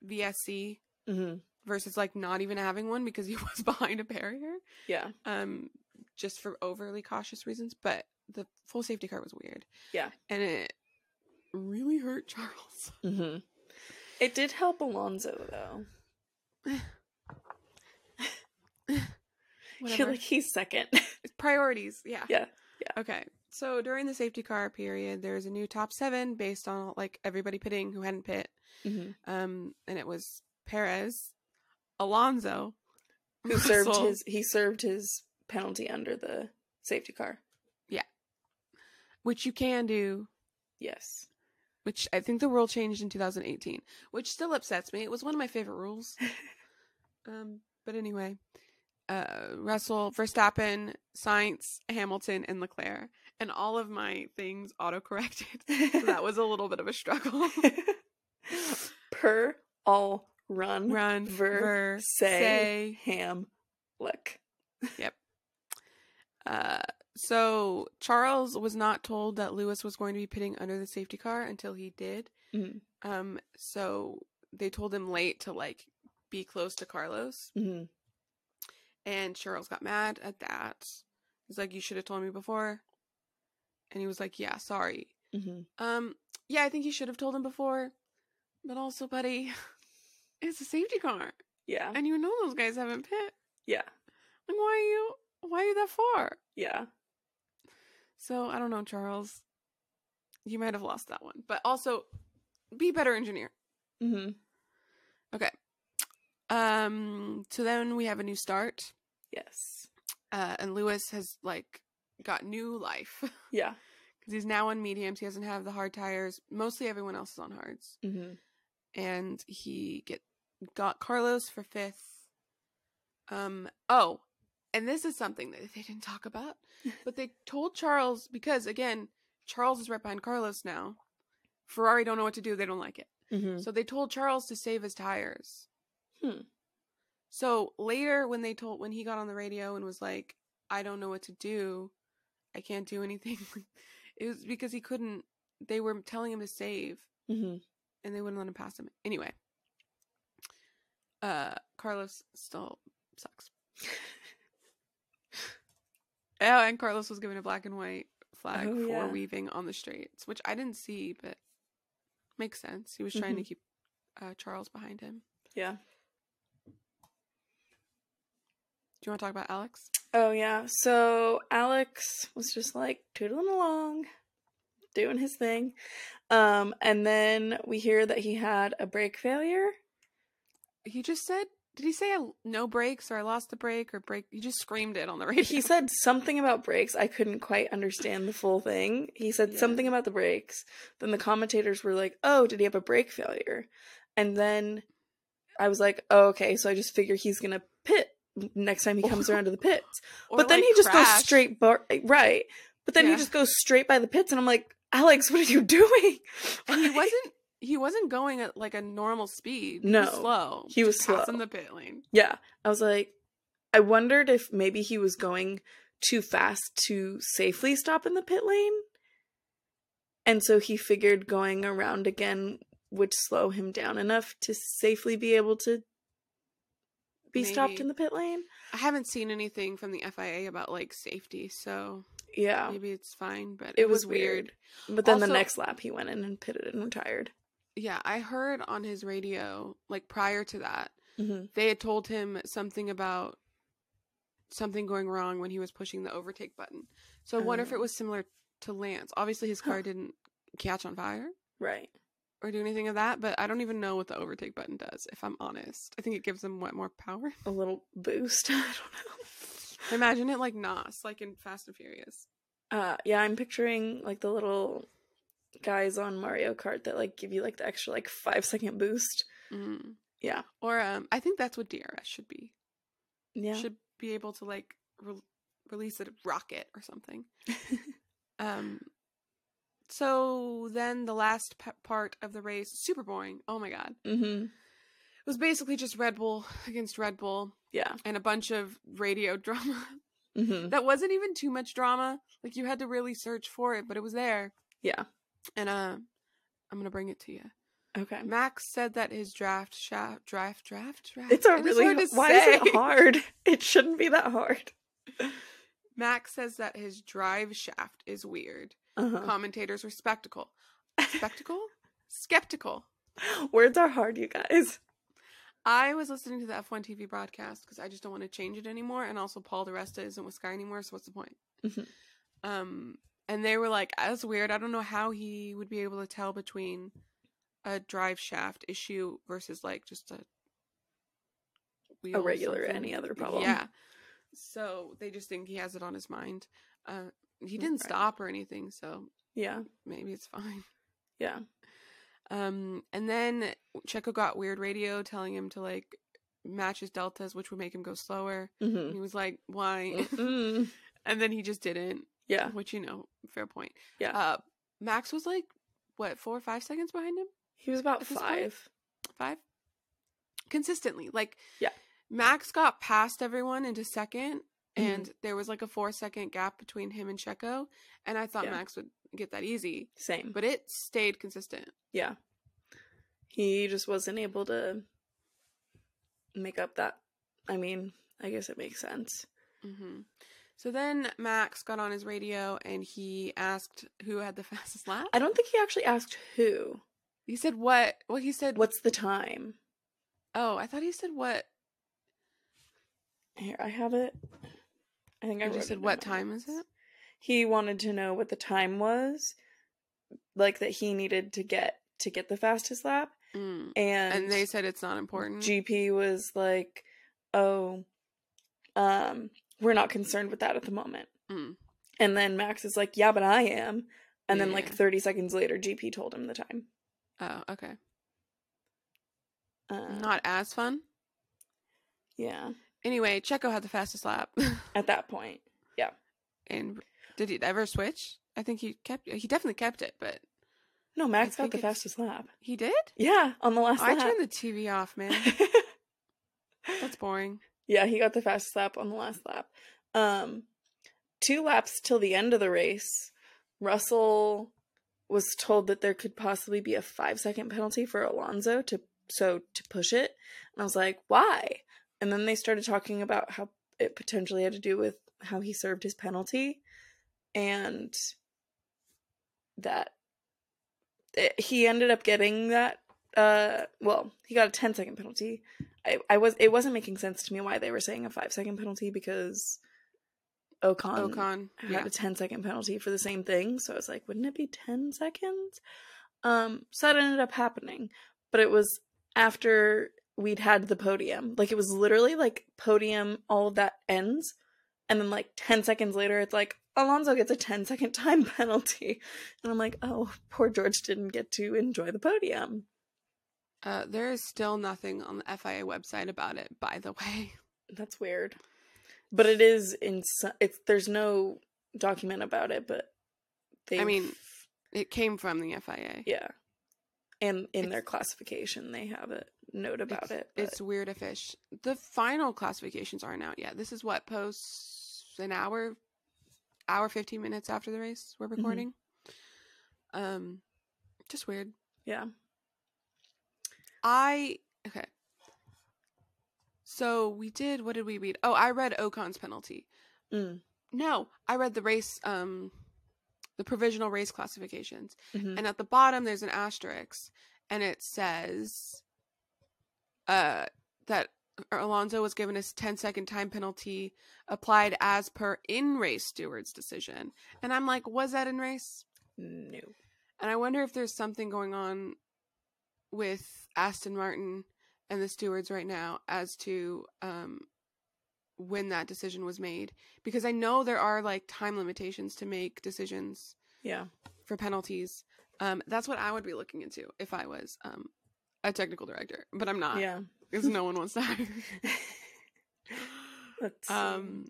[SPEAKER 2] VSC
[SPEAKER 1] hmm
[SPEAKER 2] versus like not even having one because he was behind a barrier.
[SPEAKER 1] Yeah.
[SPEAKER 2] um just for overly cautious reasons but the full safety car was weird
[SPEAKER 1] Yeah.
[SPEAKER 2] and it really hurt charles
[SPEAKER 1] hmm It did help Alonso though.
[SPEAKER 2] whatever
[SPEAKER 1] like he's second.
[SPEAKER 2] priorities yeah
[SPEAKER 1] yeah.
[SPEAKER 2] okay so during the safety car period there's a new top seven based on like everybody pitting who hadn't pit
[SPEAKER 1] hmm
[SPEAKER 2] um and it was perez alonso
[SPEAKER 1] Who served
[SPEAKER 2] Russell,
[SPEAKER 1] his? He served his penalty under the safety car.
[SPEAKER 2] which you can do
[SPEAKER 1] Yes.
[SPEAKER 2] which I think the rule changed in 2018, which still upsets me. It was one of my favorite rules. um, but anyway, uh, Russell, Verstappen, Sainz, Hamilton, and Leclerc, and all of my things autocorrected. so that was a little bit of a struggle.
[SPEAKER 1] per all run,
[SPEAKER 2] Run,
[SPEAKER 1] Ver-
[SPEAKER 2] ver,
[SPEAKER 1] say. ham lick.
[SPEAKER 2] Uh, so Charles was not told that Lewis was going to be pitting under the safety car until he did.
[SPEAKER 1] Mhm.
[SPEAKER 2] Um, so they told him late to like be close to Carlos.
[SPEAKER 1] hmm
[SPEAKER 2] And Cheryl's got mad at that. He's like, You should have told me before. And he was like, Yeah, sorry.
[SPEAKER 1] hmm
[SPEAKER 2] Um, yeah, I think you should have told him before. But also, buddy, it's a safety car.
[SPEAKER 1] Yeah.
[SPEAKER 2] And you know those guys haven't pit.
[SPEAKER 1] Yeah.
[SPEAKER 2] Like, why are you why are you that far?
[SPEAKER 1] Yeah.
[SPEAKER 2] So I don't know, Charles. You might have lost that one. But also, be a better engineer. Mm-hmm.
[SPEAKER 1] hmm
[SPEAKER 2] Um, so then we have a new start.
[SPEAKER 1] Yes.
[SPEAKER 2] Uh, and Lewis has like got new life.
[SPEAKER 1] Yeah.
[SPEAKER 2] because he's now on mediums. He doesn't have the hard tires. Mostly everyone else is on hards,
[SPEAKER 1] hmm
[SPEAKER 2] and he get got Carlos for fifth. Um. Oh, and this is something that they didn't talk about, but they told Charles because again, Charles is right behind Carlos now. Ferrari don't know what to do. They don't like it,
[SPEAKER 1] hmm
[SPEAKER 2] so they told Charles to save his tires.
[SPEAKER 1] Hmm.
[SPEAKER 2] So later, when they told when he got on the radio and was like, "I don't know what to do, I can't do anything," it was because he couldn't. They were telling him to save, Mm-hmm.
[SPEAKER 1] hmm
[SPEAKER 2] and they wouldn't let him pass him. Anyway, uh, Carlos still sucks. oh, and Carlos was given a black and white flag
[SPEAKER 1] Oh,
[SPEAKER 2] for
[SPEAKER 1] yeah.
[SPEAKER 2] weaving on the streets, which I didn't see, but makes sense. He was trying
[SPEAKER 1] Mm-hmm.
[SPEAKER 2] to keep uh, Charles behind him.
[SPEAKER 1] Yeah.
[SPEAKER 2] Do you want to talk about Alex?
[SPEAKER 1] Oh yeah. So Alex was just like tootling along, doing his thing. Um, and then we hear that he had a brake failure.
[SPEAKER 2] He just said, did he say I, no brakes or I lost the brake or brake? He just screamed it on the radio.
[SPEAKER 1] He said something about brakes. I couldn't quite understand the full thing. He said
[SPEAKER 2] Yeah.
[SPEAKER 1] something about the brakes. Then the commentators were like, "Oh, did he have a brake failure?" And then I was like, oh, "Okay, so I just figure he's gonna pit next time he comes around to the pits."
[SPEAKER 2] Or,
[SPEAKER 1] but then
[SPEAKER 2] like,
[SPEAKER 1] he just
[SPEAKER 2] crashed.
[SPEAKER 1] goes straight bar- right But then he
[SPEAKER 2] Yeah.
[SPEAKER 1] just goes straight by the pits, and I'm like, Alex, what are you doing?
[SPEAKER 2] And he
[SPEAKER 1] Like,
[SPEAKER 2] wasn't he wasn't going at like a normal speed. He
[SPEAKER 1] No.
[SPEAKER 2] was slow.
[SPEAKER 1] He was
[SPEAKER 2] Just passing
[SPEAKER 1] slow.
[SPEAKER 2] the pit lane.
[SPEAKER 1] Yeah. I was like, I wondered if maybe he was going too fast to safely stop in the pit lane. And so he figured going around again would slow him down enough to safely be able to be stopped
[SPEAKER 2] Maybe.
[SPEAKER 1] in the pit lane.
[SPEAKER 2] I haven't seen anything from the FIA about like safety, so
[SPEAKER 1] Yeah.
[SPEAKER 2] maybe it's fine. But
[SPEAKER 1] Oh. It
[SPEAKER 2] it,
[SPEAKER 1] was
[SPEAKER 2] was weird.
[SPEAKER 1] weird. But then the
[SPEAKER 2] Also-
[SPEAKER 1] next lap he went in and pitted and retired.
[SPEAKER 2] Yeah, I heard on his radio like prior to that
[SPEAKER 1] hmm
[SPEAKER 2] they had told him something about something going wrong when he was pushing the overtake button. So I wonder if
[SPEAKER 1] Oh.
[SPEAKER 2] it was similar to Lance. Obviously, his
[SPEAKER 1] Huh.
[SPEAKER 2] car didn't catch on fire
[SPEAKER 1] Right.
[SPEAKER 2] or do anything of that, but I don't even know what the overtake button does. If I'm honest, I think it gives him what more power.
[SPEAKER 1] A little boost. I don't know.
[SPEAKER 2] Imagine it like Nas, like in Fast and Furious.
[SPEAKER 1] Uh yeah, I'm picturing like the little guys on Mario Kart that like give you like the extra like five second boost.
[SPEAKER 2] Mm.
[SPEAKER 1] Yeah.
[SPEAKER 2] Or um, I think that's what DRS should be.
[SPEAKER 1] Yeah.
[SPEAKER 2] Should be able to like re- release a rocket or something. Um, so then the last p- part of the race, super boring. Oh my god,
[SPEAKER 1] mm-hmm.
[SPEAKER 2] it was basically just Red Bull against Red Bull
[SPEAKER 1] Yeah.
[SPEAKER 2] and a bunch of radio drama.
[SPEAKER 1] Mm-hmm.
[SPEAKER 2] that wasn't even too much drama. Like you had to really search for it, but it was there.
[SPEAKER 1] Yeah.
[SPEAKER 2] And uh, I'm gonna bring it to you.
[SPEAKER 1] Okay.
[SPEAKER 2] Max said that his draft shaft draft draft draft.
[SPEAKER 1] It's a
[SPEAKER 2] It is
[SPEAKER 1] really
[SPEAKER 2] hard to
[SPEAKER 1] why is
[SPEAKER 2] say.
[SPEAKER 1] it hard? It shouldn't be that hard.
[SPEAKER 2] Max says that his drive shaft is weird.
[SPEAKER 1] Uh-huh.
[SPEAKER 2] Commentators were spectacle. Spectacle? Skeptical.
[SPEAKER 1] Words are hard, you guys.
[SPEAKER 2] I was listening to the F1 TV broadcast because I just don't want to change it anymore. And also, Paul DeResta isn't with Sky anymore, so what's the point?
[SPEAKER 1] Mhm.
[SPEAKER 2] Um, and they were like, "That's weird. I don't know how he would be able to tell between a drive shaft issue versus like just a wheel
[SPEAKER 1] A
[SPEAKER 2] or
[SPEAKER 1] regular
[SPEAKER 2] something."
[SPEAKER 1] any other problem.
[SPEAKER 2] Yeah. So they just think he has it on his mind. Uh, he didn't
[SPEAKER 1] Right.
[SPEAKER 2] stop or anything, so
[SPEAKER 1] Yeah.
[SPEAKER 2] maybe it's fine.
[SPEAKER 1] Yeah.
[SPEAKER 2] Um, and then Checo got weird radio telling him to like match his deltas, which would make him go slower.
[SPEAKER 1] Mm-hmm.
[SPEAKER 2] And he was like, "Why?"
[SPEAKER 1] Mm-mm.
[SPEAKER 2] and then he just didn't,
[SPEAKER 1] Mm. Yeah.
[SPEAKER 2] which you know, fair point.
[SPEAKER 1] Yeah.
[SPEAKER 2] Uh, Max was like, what, four or five seconds behind him?
[SPEAKER 1] He was about
[SPEAKER 2] At this point-
[SPEAKER 1] five.
[SPEAKER 2] Five. Consistently, like,
[SPEAKER 1] Yeah.
[SPEAKER 2] Max got past everyone into 2nd
[SPEAKER 1] Mm-hmm.
[SPEAKER 2] and there was like a four second gap between him and Checo, and I thought
[SPEAKER 1] Yeah.
[SPEAKER 2] Max would get that easy,
[SPEAKER 1] Same.
[SPEAKER 2] but it stayed consistent.
[SPEAKER 1] Yeah. He just wasn't able to make up that. I mean, I guess it makes sense.
[SPEAKER 2] hmm So then Max got on his radio and he asked who had the fastest lap.
[SPEAKER 1] I don't think he actually asked who.
[SPEAKER 2] He said what? Well, he said
[SPEAKER 1] What's the time?
[SPEAKER 2] Oh, I thought he said what?
[SPEAKER 1] Here, I have it. I think I
[SPEAKER 2] He
[SPEAKER 1] wrote
[SPEAKER 2] just
[SPEAKER 1] it
[SPEAKER 2] said
[SPEAKER 1] in
[SPEAKER 2] what
[SPEAKER 1] my
[SPEAKER 2] time
[SPEAKER 1] notes.
[SPEAKER 2] is it?
[SPEAKER 1] He wanted to know what the time was, like that he needed to get to get the fastest lap,
[SPEAKER 2] Mm.
[SPEAKER 1] and
[SPEAKER 2] And they said it's not important.
[SPEAKER 1] GP was like, "Oh, um, we're not concerned with that at the moment."
[SPEAKER 2] Mm.
[SPEAKER 1] And then Max is like, "Yeah, but I am." And then like
[SPEAKER 2] Yeah.
[SPEAKER 1] 30 seconds later, GP told him the time.
[SPEAKER 2] oh, okay.
[SPEAKER 1] Uh,
[SPEAKER 2] Not as fun.
[SPEAKER 1] yeah.
[SPEAKER 2] Anyway, Checo had the fastest lap.
[SPEAKER 1] At that point,
[SPEAKER 2] and did he ever switch? I think he kept he definitely kept it, but
[SPEAKER 1] no, Max
[SPEAKER 2] I
[SPEAKER 1] got the
[SPEAKER 2] think it's-
[SPEAKER 1] fastest lap.
[SPEAKER 2] he did?
[SPEAKER 1] Yeah, on the last
[SPEAKER 2] I
[SPEAKER 1] lap.
[SPEAKER 2] turned the TV off, man. That's boring.
[SPEAKER 1] yeah, he got the fastest lap on the last lap. Um, two laps till the end of the race, Russell was told that there could possibly be a five second penalty for Alonso to so to push it, and I was like, why? And then they started talking about how it potentially had to do with how he served his penalty, and that it, he ended up getting that. Uh, well, he got a 10 second penalty. I, I was it wasn't making sense to me why they were saying a five second penalty because Ocon,
[SPEAKER 2] Ocon.
[SPEAKER 1] had
[SPEAKER 2] Yeah.
[SPEAKER 1] a 10 second penalty for the same thing. So I was like, wouldn't it be 10 seconds? Um, so that ended up happening, but it was after we'd had the podium. Like it was literally like podium, all of that ends. And then like 10 seconds later, it's like Alonso gets a 10 second time penalty. And I'm like, oh, poor George didn't get to enjoy the podium.
[SPEAKER 2] Uh, there is still nothing on the FIA website about it, by the way.
[SPEAKER 1] That's weird. But it is in, so- it's, there's no document about it, but they
[SPEAKER 2] I mean- It came from the FIA.
[SPEAKER 1] yeah. And in their
[SPEAKER 2] It's-
[SPEAKER 1] classification they have a note about
[SPEAKER 2] it's,
[SPEAKER 1] it. But
[SPEAKER 2] It's weird a fish. The final classifications aren't out yet. This is what posts an hour, hour fifteen minutes after the race.
[SPEAKER 1] Mm-hmm.
[SPEAKER 2] We're recording. Um, just weird.
[SPEAKER 1] yeah.
[SPEAKER 2] I okay. So we did. What did we read? Oh, I read Ocon's penalty.
[SPEAKER 1] Mm.
[SPEAKER 2] No, I read the race. Um, the provisional race classifications.
[SPEAKER 1] mhm.
[SPEAKER 2] and at the bottom there's an asterisk and it says uh that Alonso was given a 10 second time penalty applied as per in race steward's decision. And I'm like, was that in race?
[SPEAKER 1] no.
[SPEAKER 2] And I wonder if there's something going on with Aston Martin and the stewards right now as to um, when that decision was made. Because I know there are like time limitations to make decisions
[SPEAKER 1] Yeah.
[SPEAKER 2] for penalties. Um, that's what I would be looking into if I was um, a technical director, but I'm not
[SPEAKER 1] Yeah.
[SPEAKER 2] because no one wants to hire. me.
[SPEAKER 1] That's
[SPEAKER 2] um,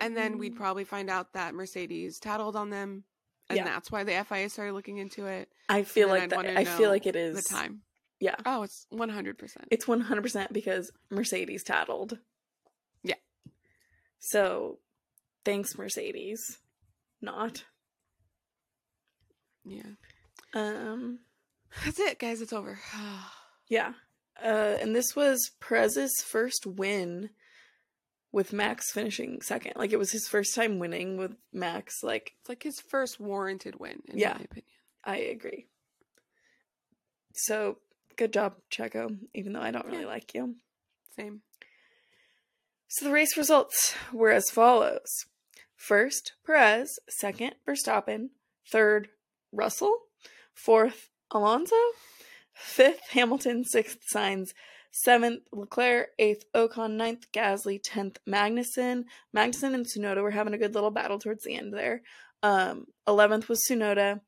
[SPEAKER 2] and then we'd
[SPEAKER 1] Mm.
[SPEAKER 2] probably find out that Mercedes tattled on them, and
[SPEAKER 1] Yeah.
[SPEAKER 2] that's why the FIA started looking into it.
[SPEAKER 1] I feel
[SPEAKER 2] and then
[SPEAKER 1] like
[SPEAKER 2] I'd
[SPEAKER 1] that,
[SPEAKER 2] wanna
[SPEAKER 1] I feel
[SPEAKER 2] know
[SPEAKER 1] like it is
[SPEAKER 2] The time,
[SPEAKER 1] Yeah.
[SPEAKER 2] oh, it's 100. percent
[SPEAKER 1] It's 100% because Mercedes tattled.
[SPEAKER 2] Yeah.
[SPEAKER 1] So, thanks Mercedes. Not.
[SPEAKER 2] Yeah,
[SPEAKER 1] Um
[SPEAKER 2] that's it, guys. It's over.
[SPEAKER 1] yeah. Uh and this was Perez's first win with Max finishing second. Like it was his first time winning with Max like
[SPEAKER 2] it's like his first warranted win, in
[SPEAKER 1] Yeah.
[SPEAKER 2] my opinion.
[SPEAKER 1] I agree. So, good job Checo, even though I don't really
[SPEAKER 2] Yeah.
[SPEAKER 1] like you.
[SPEAKER 2] Same.
[SPEAKER 1] So the race results were as follows. First, Perez, second, Verstappen, third, Russell, fourth, Alonso, fifth, Hamilton, sixth, Sainz, seventh, Leclerc, eighth, Ocon, ninth, Gasly, tenth, Magnussen. Magnussen and Tsunoda were having a good little battle towards the end there. Um, 11th was Tsunoda,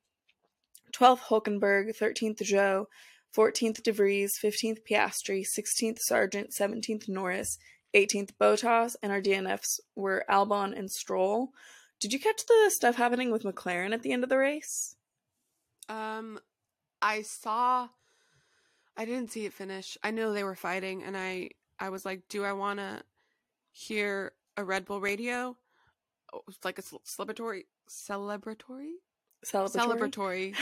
[SPEAKER 1] 12th, Hulkenberg, 13th, Joe, 14th, De Vries, 15th, Piastri, 16th, Sargent, 17th, Norris, 18th Botas, and our DNFs were Albon and Stroll. Did you catch the stuff happening with McLaren at the end of the race?
[SPEAKER 2] Um, I saw. I didn't see it finish. I know they were fighting, and I I was like, do I want to hear a Red Bull radio, Oh, it's like a cel- celebratory, celebratory,
[SPEAKER 1] Celebratory.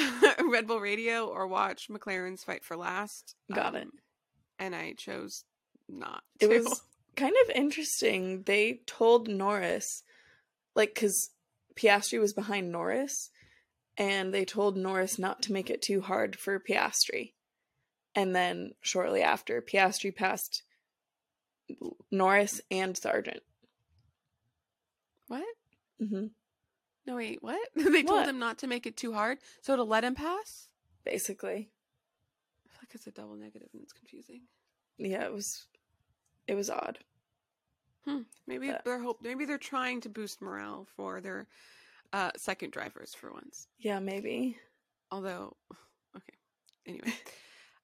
[SPEAKER 2] celebratory Red Bull radio, or watch McLaren's fight for last? um,
[SPEAKER 1] Got it.
[SPEAKER 2] And I chose not.
[SPEAKER 1] It
[SPEAKER 2] to.
[SPEAKER 1] was kind of interesting. They told Norris, like, because Piastri was behind Norris, and they told Norris not to make it too hard for Piastri. And then shortly after, Piastri passed Norris and Sargent.
[SPEAKER 2] what?
[SPEAKER 1] hmm
[SPEAKER 2] No wait, what? they told
[SPEAKER 1] What?
[SPEAKER 2] him not to make it too hard, so to let him pass.
[SPEAKER 1] Basically.
[SPEAKER 2] I feel like it's a double negative, and it's confusing.
[SPEAKER 1] Yeah, it was it was odd.
[SPEAKER 2] Maybe
[SPEAKER 1] But-
[SPEAKER 2] they're hope. Maybe they're trying to boost morale for their uh, second drivers for once.
[SPEAKER 1] Yeah, maybe.
[SPEAKER 2] Although, okay. Anyway,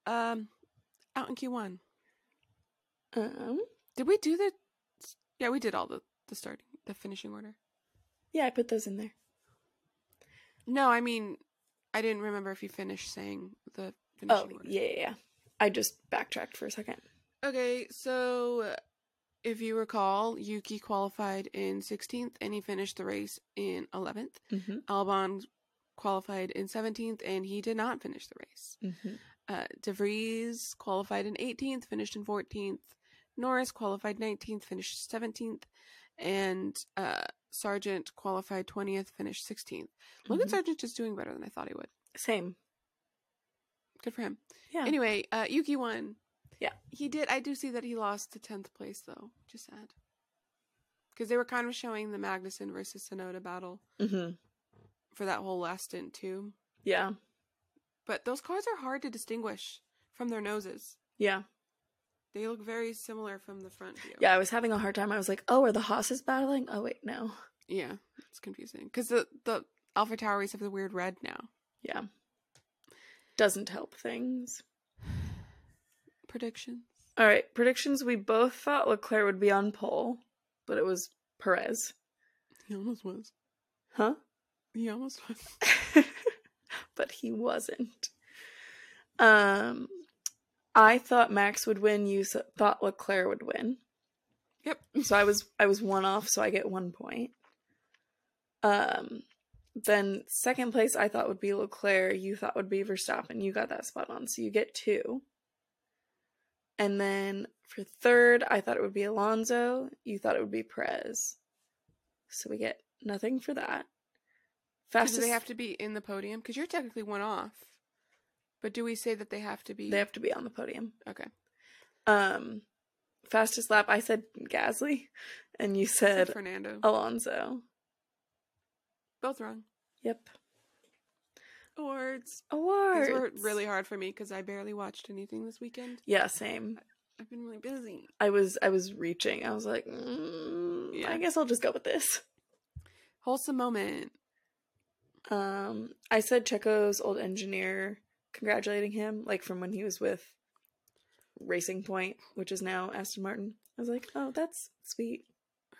[SPEAKER 2] um, out in Q one,
[SPEAKER 1] Um,
[SPEAKER 2] did we do the? Yeah, we did all the the starting, the finishing order.
[SPEAKER 1] yeah, I put those in there.
[SPEAKER 2] No, I mean, I didn't remember if you finished saying the finishing
[SPEAKER 1] Oh,
[SPEAKER 2] order.
[SPEAKER 1] yeah, yeah, yeah. I just backtracked for a second.
[SPEAKER 2] Okay, so if you recall, Yuki qualified in 16th, and he finished the race in 11th.
[SPEAKER 1] Mm-hmm.
[SPEAKER 2] Albon qualified in 17th, and he did not finish the race.
[SPEAKER 1] Mm-hmm.
[SPEAKER 2] Uh, De Vries qualified in 18th, finished in 14th. Norris qualified 19th, finished 17th. And uh, Sargent qualified 20th, finished 16th. Logan
[SPEAKER 1] Mhm.
[SPEAKER 2] Sargent is doing better than I thought he would.
[SPEAKER 1] Same.
[SPEAKER 2] Good for him.
[SPEAKER 1] Yeah.
[SPEAKER 2] Anyway, uh, Yuki won.
[SPEAKER 1] Yeah.
[SPEAKER 2] He did. I do see that he lost to 10th place, though. Just sad. Because they were kind of showing the Magnuson versus Sonoda battle
[SPEAKER 1] Mm-hmm.
[SPEAKER 2] for that whole last stint, too.
[SPEAKER 1] Yeah.
[SPEAKER 2] But those cars are hard to distinguish from their noses.
[SPEAKER 1] Yeah.
[SPEAKER 2] They look very similar from the front view.
[SPEAKER 1] Yeah. I was having a hard time. I was like, oh, are the Hosses battling? Oh wait, no.
[SPEAKER 2] Yeah, it's confusing because the the Alpha Tauris have the weird red now.
[SPEAKER 1] Yeah. Doesn't help things.
[SPEAKER 2] Predictions.
[SPEAKER 1] All right, predictions. We both thought Leclerc would be on pole, but it was Perez.
[SPEAKER 2] He almost was.
[SPEAKER 1] Huh?
[SPEAKER 2] He almost was.
[SPEAKER 1] but he wasn't. Um, I thought Max would win. You s- thought Leclerc would win.
[SPEAKER 2] Yep.
[SPEAKER 1] So I was I was one off. So I get one point. Um, then second place I thought would be Leclerc. You thought would be Verstappen. You got that spot on. So you get two. And then for third, I thought it would be Alonso. You thought it would be Perez. So we get nothing for that.
[SPEAKER 2] 'Cause
[SPEAKER 1] Fastest
[SPEAKER 2] do they have to be in the podium? Because you're technically one off. But do we say that they have to be?
[SPEAKER 1] They have to be on the podium.
[SPEAKER 2] Okay.
[SPEAKER 1] Um, fastest lap. I said Gasly, and you
[SPEAKER 2] said
[SPEAKER 1] said
[SPEAKER 2] Fernando.
[SPEAKER 1] Alonso.
[SPEAKER 2] Both wrong.
[SPEAKER 1] Yep.
[SPEAKER 2] Awards.
[SPEAKER 1] Awards.
[SPEAKER 2] These were really hard for me because I barely watched anything this weekend.
[SPEAKER 1] Yeah, same.
[SPEAKER 2] I've been really busy.
[SPEAKER 1] I was I was reaching. I was like, mm,
[SPEAKER 2] Yeah.
[SPEAKER 1] I guess I'll just go with this.
[SPEAKER 2] Wholesome moment.
[SPEAKER 1] Um, I said Checo's old engineer congratulating him, like from when he was with Racing Point, which is now Aston Martin. I was like, oh, that's sweet.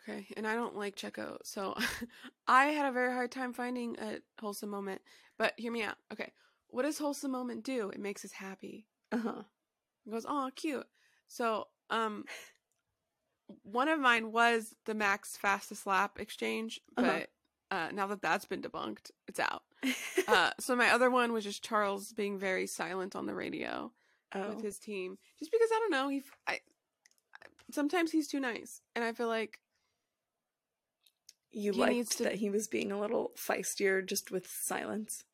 [SPEAKER 2] Okay, and I don't like Checo, so I had a very hard time finding a wholesome moment. But hear me out. Okay, what does wholesome moment do? It makes us happy.
[SPEAKER 1] Uh huh.
[SPEAKER 2] It goes, oh, cute. So, um, one of mine was the max fastest lap exchange,
[SPEAKER 1] Uh-huh.
[SPEAKER 2] but uh now that that's been debunked, it's out. Uh, so my other one was just Charles being very silent on the radio
[SPEAKER 1] oh.
[SPEAKER 2] with his team just because I don't know he f- I I- sometimes he's too nice and I feel like
[SPEAKER 1] you
[SPEAKER 2] he
[SPEAKER 1] liked
[SPEAKER 2] needs to-
[SPEAKER 1] that he was being a little feistier just with silence.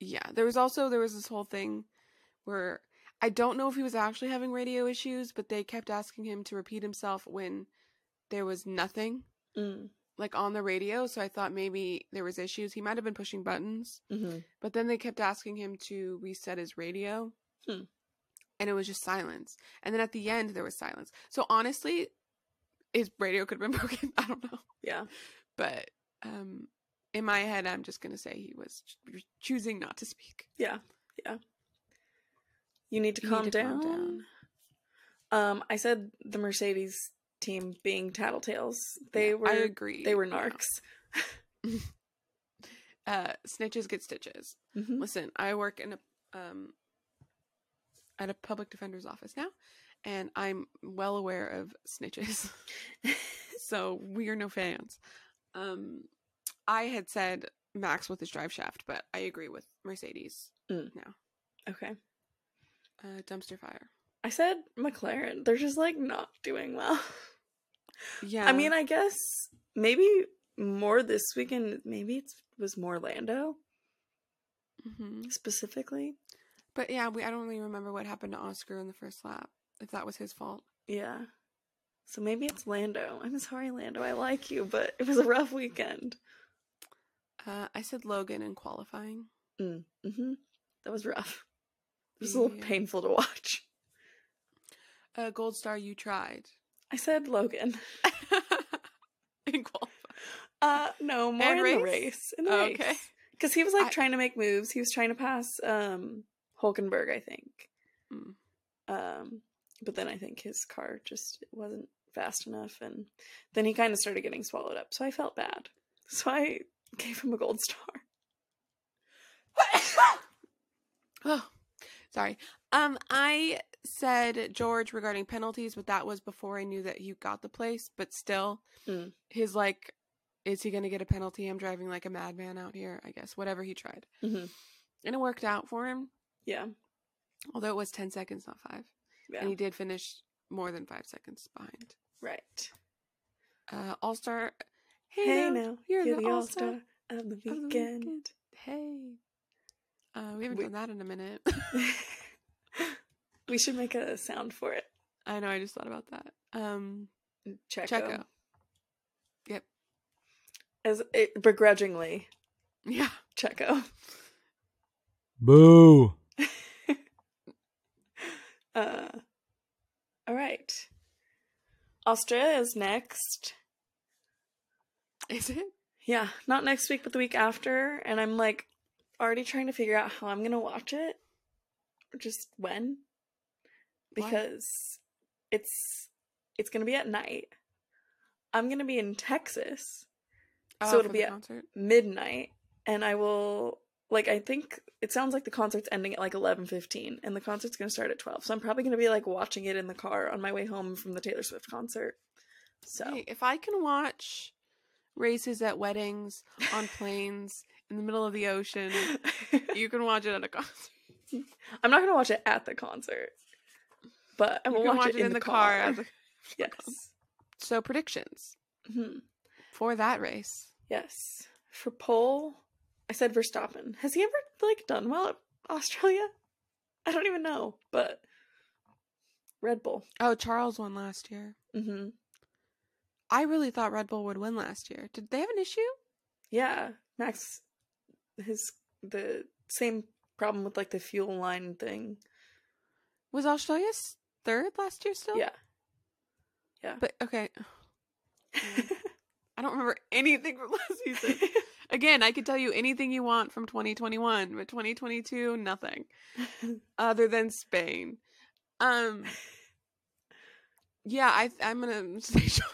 [SPEAKER 2] yeah there was also there was this whole thing where I don't know if he was actually having radio issues but they kept asking him to repeat himself when there was nothing
[SPEAKER 1] Mm.
[SPEAKER 2] like on the radio so I thought maybe there was issues he might have been pushing buttons
[SPEAKER 1] hmm
[SPEAKER 2] But then they kept asking him to reset his radio.
[SPEAKER 1] Hmm.
[SPEAKER 2] And it was just silence. And then at the end, there was silence. So honestly, his radio could have been broken. I don't know.
[SPEAKER 1] Yeah.
[SPEAKER 2] But um, in my head, I'm just going to say he was ch- choosing not to speak.
[SPEAKER 1] You need to,
[SPEAKER 2] You need
[SPEAKER 1] calm,
[SPEAKER 2] to
[SPEAKER 1] down.
[SPEAKER 2] calm down.
[SPEAKER 1] Um, I said the Mercedes team being tattletales. They
[SPEAKER 2] Yeah,
[SPEAKER 1] were
[SPEAKER 2] I agree.
[SPEAKER 1] they were
[SPEAKER 2] Yeah.
[SPEAKER 1] narcs.
[SPEAKER 2] Uh, snitches get stitches.
[SPEAKER 1] Mhm.
[SPEAKER 2] Listen, I work in a um at a public defender's office now, and I'm well aware of snitches. so we are no fans. Um I had said Max with his drive shaft, but I agree with Mercedes.
[SPEAKER 1] Okay.
[SPEAKER 2] Uh dumpster fire.
[SPEAKER 1] I said McLaren. They're just like not doing well.
[SPEAKER 2] Yeah.
[SPEAKER 1] I mean, I guess maybe more this weekend. Maybe it was more Lando
[SPEAKER 2] hmm
[SPEAKER 1] specifically.
[SPEAKER 2] but yeah, we I don't really remember what happened to Oscar in the first lap. If that was his fault.
[SPEAKER 1] Yeah. So maybe it's Lando. I'm sorry, Lando. I like you, but it was a rough weekend.
[SPEAKER 2] Uh I said Logan in qualifying.
[SPEAKER 1] hmm That was rough. It was a little
[SPEAKER 2] Yeah.
[SPEAKER 1] painful to watch.
[SPEAKER 2] Uh Gold Star you tried.
[SPEAKER 1] I said Logan.
[SPEAKER 2] in qualifying.
[SPEAKER 1] Uh, no, more in
[SPEAKER 2] And
[SPEAKER 1] the
[SPEAKER 2] race?
[SPEAKER 1] race. Oh, In the race.
[SPEAKER 2] Okay.
[SPEAKER 1] Because he was like
[SPEAKER 2] I-
[SPEAKER 1] trying to make moves. He was trying to pass um Hulkenberg, I think.
[SPEAKER 2] Mm.
[SPEAKER 1] Um, but then I think his car just wasn't fast enough, and then he kind of started getting swallowed up. So I felt bad. So I gave him a gold star.
[SPEAKER 2] oh, sorry. Um, I said George regarding penalties, but that was before I knew that he got the place. But still,
[SPEAKER 1] Mm.
[SPEAKER 2] his like, is he going to get a penalty? I'm driving like a madman out here. I guess whatever he tried,
[SPEAKER 1] Mhm.
[SPEAKER 2] and it worked out for him.
[SPEAKER 1] Yeah,
[SPEAKER 2] Although it was ten seconds, not five,
[SPEAKER 1] yeah,
[SPEAKER 2] and he did finish more than five seconds behind.
[SPEAKER 1] right.
[SPEAKER 2] Uh, all star. Hey,
[SPEAKER 1] Hey,
[SPEAKER 2] now,
[SPEAKER 1] now
[SPEAKER 2] you're,
[SPEAKER 1] you're
[SPEAKER 2] the, all star.
[SPEAKER 1] all-star of the
[SPEAKER 2] the
[SPEAKER 1] weekend.
[SPEAKER 2] weekend. Hey. Uh, we haven't
[SPEAKER 1] We-
[SPEAKER 2] done that in a minute.
[SPEAKER 1] we should make a sound for it.
[SPEAKER 2] I know. I just thought about that. Um,
[SPEAKER 1] Checo,
[SPEAKER 2] Checo.
[SPEAKER 1] as it, begrudgingly,
[SPEAKER 2] Yeah.
[SPEAKER 1] Checo.
[SPEAKER 3] Boo.
[SPEAKER 1] Uh, all right. Australia is next.
[SPEAKER 2] Is it?
[SPEAKER 1] Yeah, not next week, but the week after. And I'm like already trying to figure out how I'm going to watch it, or just when,
[SPEAKER 2] Why?
[SPEAKER 1] because it's it's going to be at night. I'm going to be in Texas, So
[SPEAKER 2] Uh, for
[SPEAKER 1] it'll
[SPEAKER 2] the
[SPEAKER 1] be at-
[SPEAKER 2] concert.
[SPEAKER 1] midnight and I will like I think it sounds like the concert's ending at like 11:15 and the concert's going to start at 12. So I'm probably going to be like watching it in the car on my way home from the Taylor Swift concert. So
[SPEAKER 2] Hey, if I can watch races at weddings, on planes, in the middle of the ocean, you can watch it at a concert.
[SPEAKER 1] I'm not going to watch it at the concert. But I
[SPEAKER 2] You
[SPEAKER 1] will
[SPEAKER 2] can
[SPEAKER 1] watch, it, in the, car.
[SPEAKER 2] at the-
[SPEAKER 1] yes.
[SPEAKER 2] So predictions
[SPEAKER 1] Mhm.
[SPEAKER 2] for that race.
[SPEAKER 1] Yes. For pole, I said Verstappen. Has he ever like done well at Australia? I don't even know, but Red Bull.
[SPEAKER 2] Oh, Charles won last year.
[SPEAKER 1] Mhm.
[SPEAKER 2] I really thought Red Bull would win last year. Did they have an issue?
[SPEAKER 1] Yeah, Max, his the same problem with like the fuel line thing.
[SPEAKER 2] Was Australia s- third last year still?
[SPEAKER 1] Yeah,
[SPEAKER 2] But okay, Mm-hmm. I don't remember anything from last season. Again, I could tell you anything you want from 2021, but 2022, nothing other than Spain. Um, yeah, I, I'm gonna say Charles.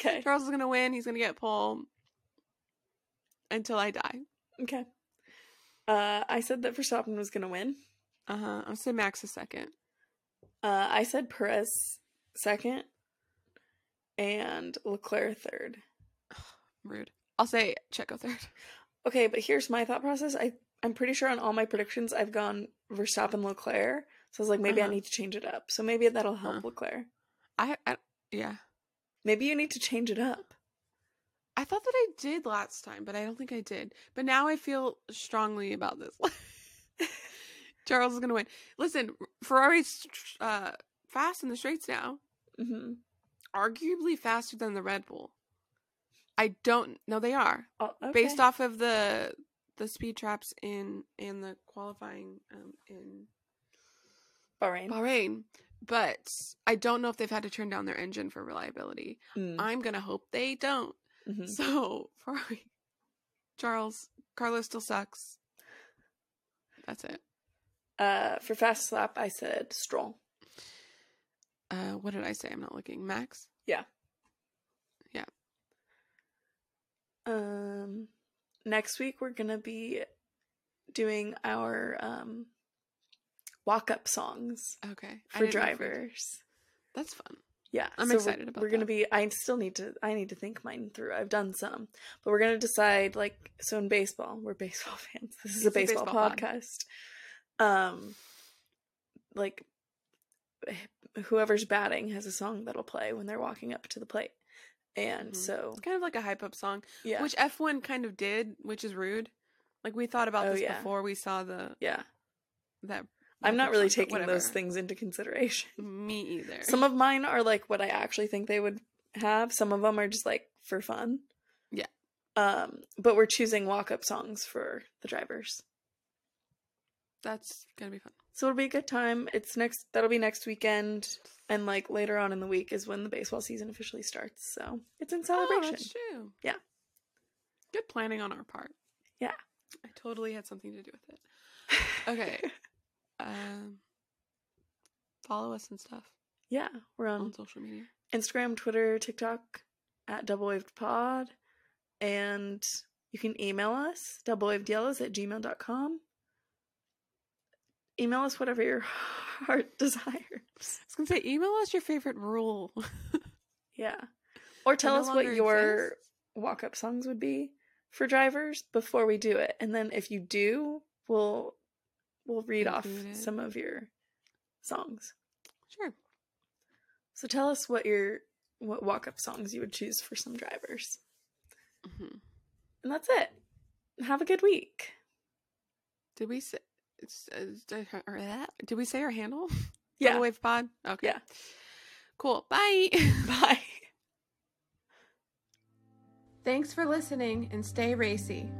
[SPEAKER 1] okay,
[SPEAKER 2] Charles is gonna win. He's gonna get pole until I die.
[SPEAKER 1] okay. Uh, I said that Verstappen was gonna win.
[SPEAKER 2] Uh huh. I'm gonna say Max is second.
[SPEAKER 1] Uh, I said Perez second, and Leclerc third.
[SPEAKER 2] Rude. I'll say Checo third.
[SPEAKER 1] Okay, but here's my thought process. I I'm pretty sure on all my predictions I've gone Verstappen Leclerc. So I was like, maybe
[SPEAKER 2] Uh-huh.
[SPEAKER 1] I need to change it up. So maybe that'll help
[SPEAKER 2] Uh-huh.
[SPEAKER 1] Leclerc.
[SPEAKER 2] I, I yeah.
[SPEAKER 1] Maybe you need to change it up.
[SPEAKER 2] I thought that I did last time, but I don't think I did. But now I feel strongly about this. Charles is going to win. Listen, Ferrari's uh, fast in the straights now,
[SPEAKER 1] hmm
[SPEAKER 2] arguably faster than the Red Bull. I don't know they are
[SPEAKER 1] Oh, okay.
[SPEAKER 2] based off of the the speed traps in and the qualifying um, in
[SPEAKER 1] Bahrain.
[SPEAKER 2] Bahrain, but I don't know if they've had to turn down their engine for reliability.
[SPEAKER 1] Mm.
[SPEAKER 2] I'm gonna hope they don't.
[SPEAKER 1] Mhm.
[SPEAKER 2] So Ferrari, Charles, Carlos still sucks. That's it.
[SPEAKER 1] Uh, for fast slap, I said Stroll.
[SPEAKER 2] Uh, what did I say? I'm not looking. Max.
[SPEAKER 1] Um, next week we're gonna be doing our um walk up songs
[SPEAKER 2] Okay. I
[SPEAKER 1] for
[SPEAKER 2] didn't know if we-
[SPEAKER 1] drivers.
[SPEAKER 2] That's fun.
[SPEAKER 1] Yeah,
[SPEAKER 2] I'm
[SPEAKER 1] we're-
[SPEAKER 2] excited about
[SPEAKER 1] We're gonna
[SPEAKER 2] that.
[SPEAKER 1] be. I still need to. I need to think mine through. I've done some, but we're gonna decide. Like, so in baseball, we're baseball fans. This is
[SPEAKER 2] It's
[SPEAKER 1] a
[SPEAKER 2] a
[SPEAKER 1] baseball,
[SPEAKER 2] baseball pod.
[SPEAKER 1] podcast. Um, like, whoever's batting has a song that'll play when they're walking up to the plate, and
[SPEAKER 2] Mhm.
[SPEAKER 1] so
[SPEAKER 2] It's kind of like a hype up song,
[SPEAKER 1] yeah,
[SPEAKER 2] which F1 kind of did, which is rude. Like we thought about
[SPEAKER 1] Oh,
[SPEAKER 2] this
[SPEAKER 1] yeah.
[SPEAKER 2] before we saw the
[SPEAKER 1] yeah.
[SPEAKER 2] that.
[SPEAKER 1] I'm not
[SPEAKER 2] hype-up
[SPEAKER 1] really
[SPEAKER 2] song, but
[SPEAKER 1] taking those
[SPEAKER 2] whatever.
[SPEAKER 1] things into consideration.
[SPEAKER 2] Me either.
[SPEAKER 1] Some of mine are like what I actually think they would have. Some of them are just like for fun.
[SPEAKER 2] Yeah.
[SPEAKER 1] Um, but we're choosing walk-up songs for the drivers.
[SPEAKER 2] That's gonna be fun.
[SPEAKER 1] So it'll be a good time. It's next that'll be next weekend and like later on in the week is when the baseball season officially starts. So it's in
[SPEAKER 2] Oh,
[SPEAKER 1] celebration.
[SPEAKER 2] that's true.
[SPEAKER 1] Yeah.
[SPEAKER 2] Good planning on our part.
[SPEAKER 1] Yeah.
[SPEAKER 2] I totally had something to do with it. Okay. um, follow us and stuff
[SPEAKER 1] yeah, we're
[SPEAKER 2] on
[SPEAKER 1] on
[SPEAKER 2] social media.
[SPEAKER 1] Instagram, Twitter, TikTok at double waved pod. And you can email us, doublewavedyellows at gmail.com. Email us whatever your heart desires.
[SPEAKER 2] I was gonna say, email us your favorite rule.
[SPEAKER 1] Yeah. Or tell
[SPEAKER 2] no
[SPEAKER 1] us what
[SPEAKER 2] longer
[SPEAKER 1] your
[SPEAKER 2] exists?
[SPEAKER 1] walk up songs would be for drivers before we do it. And then if you do, we'll we'll read off
[SPEAKER 2] Include it.
[SPEAKER 1] some of your songs.
[SPEAKER 2] sure.
[SPEAKER 1] So tell us what your what walk up songs you would choose for some drivers.
[SPEAKER 2] hmm
[SPEAKER 1] And that's it. Have a good week.
[SPEAKER 2] Did we say? It's, uh, or that? Did we say our handle?
[SPEAKER 1] Yeah.
[SPEAKER 2] Double Wave Pod. Okay.
[SPEAKER 1] Yeah.
[SPEAKER 2] Cool. Bye.
[SPEAKER 1] Bye.
[SPEAKER 2] Thanks for listening and stay racy.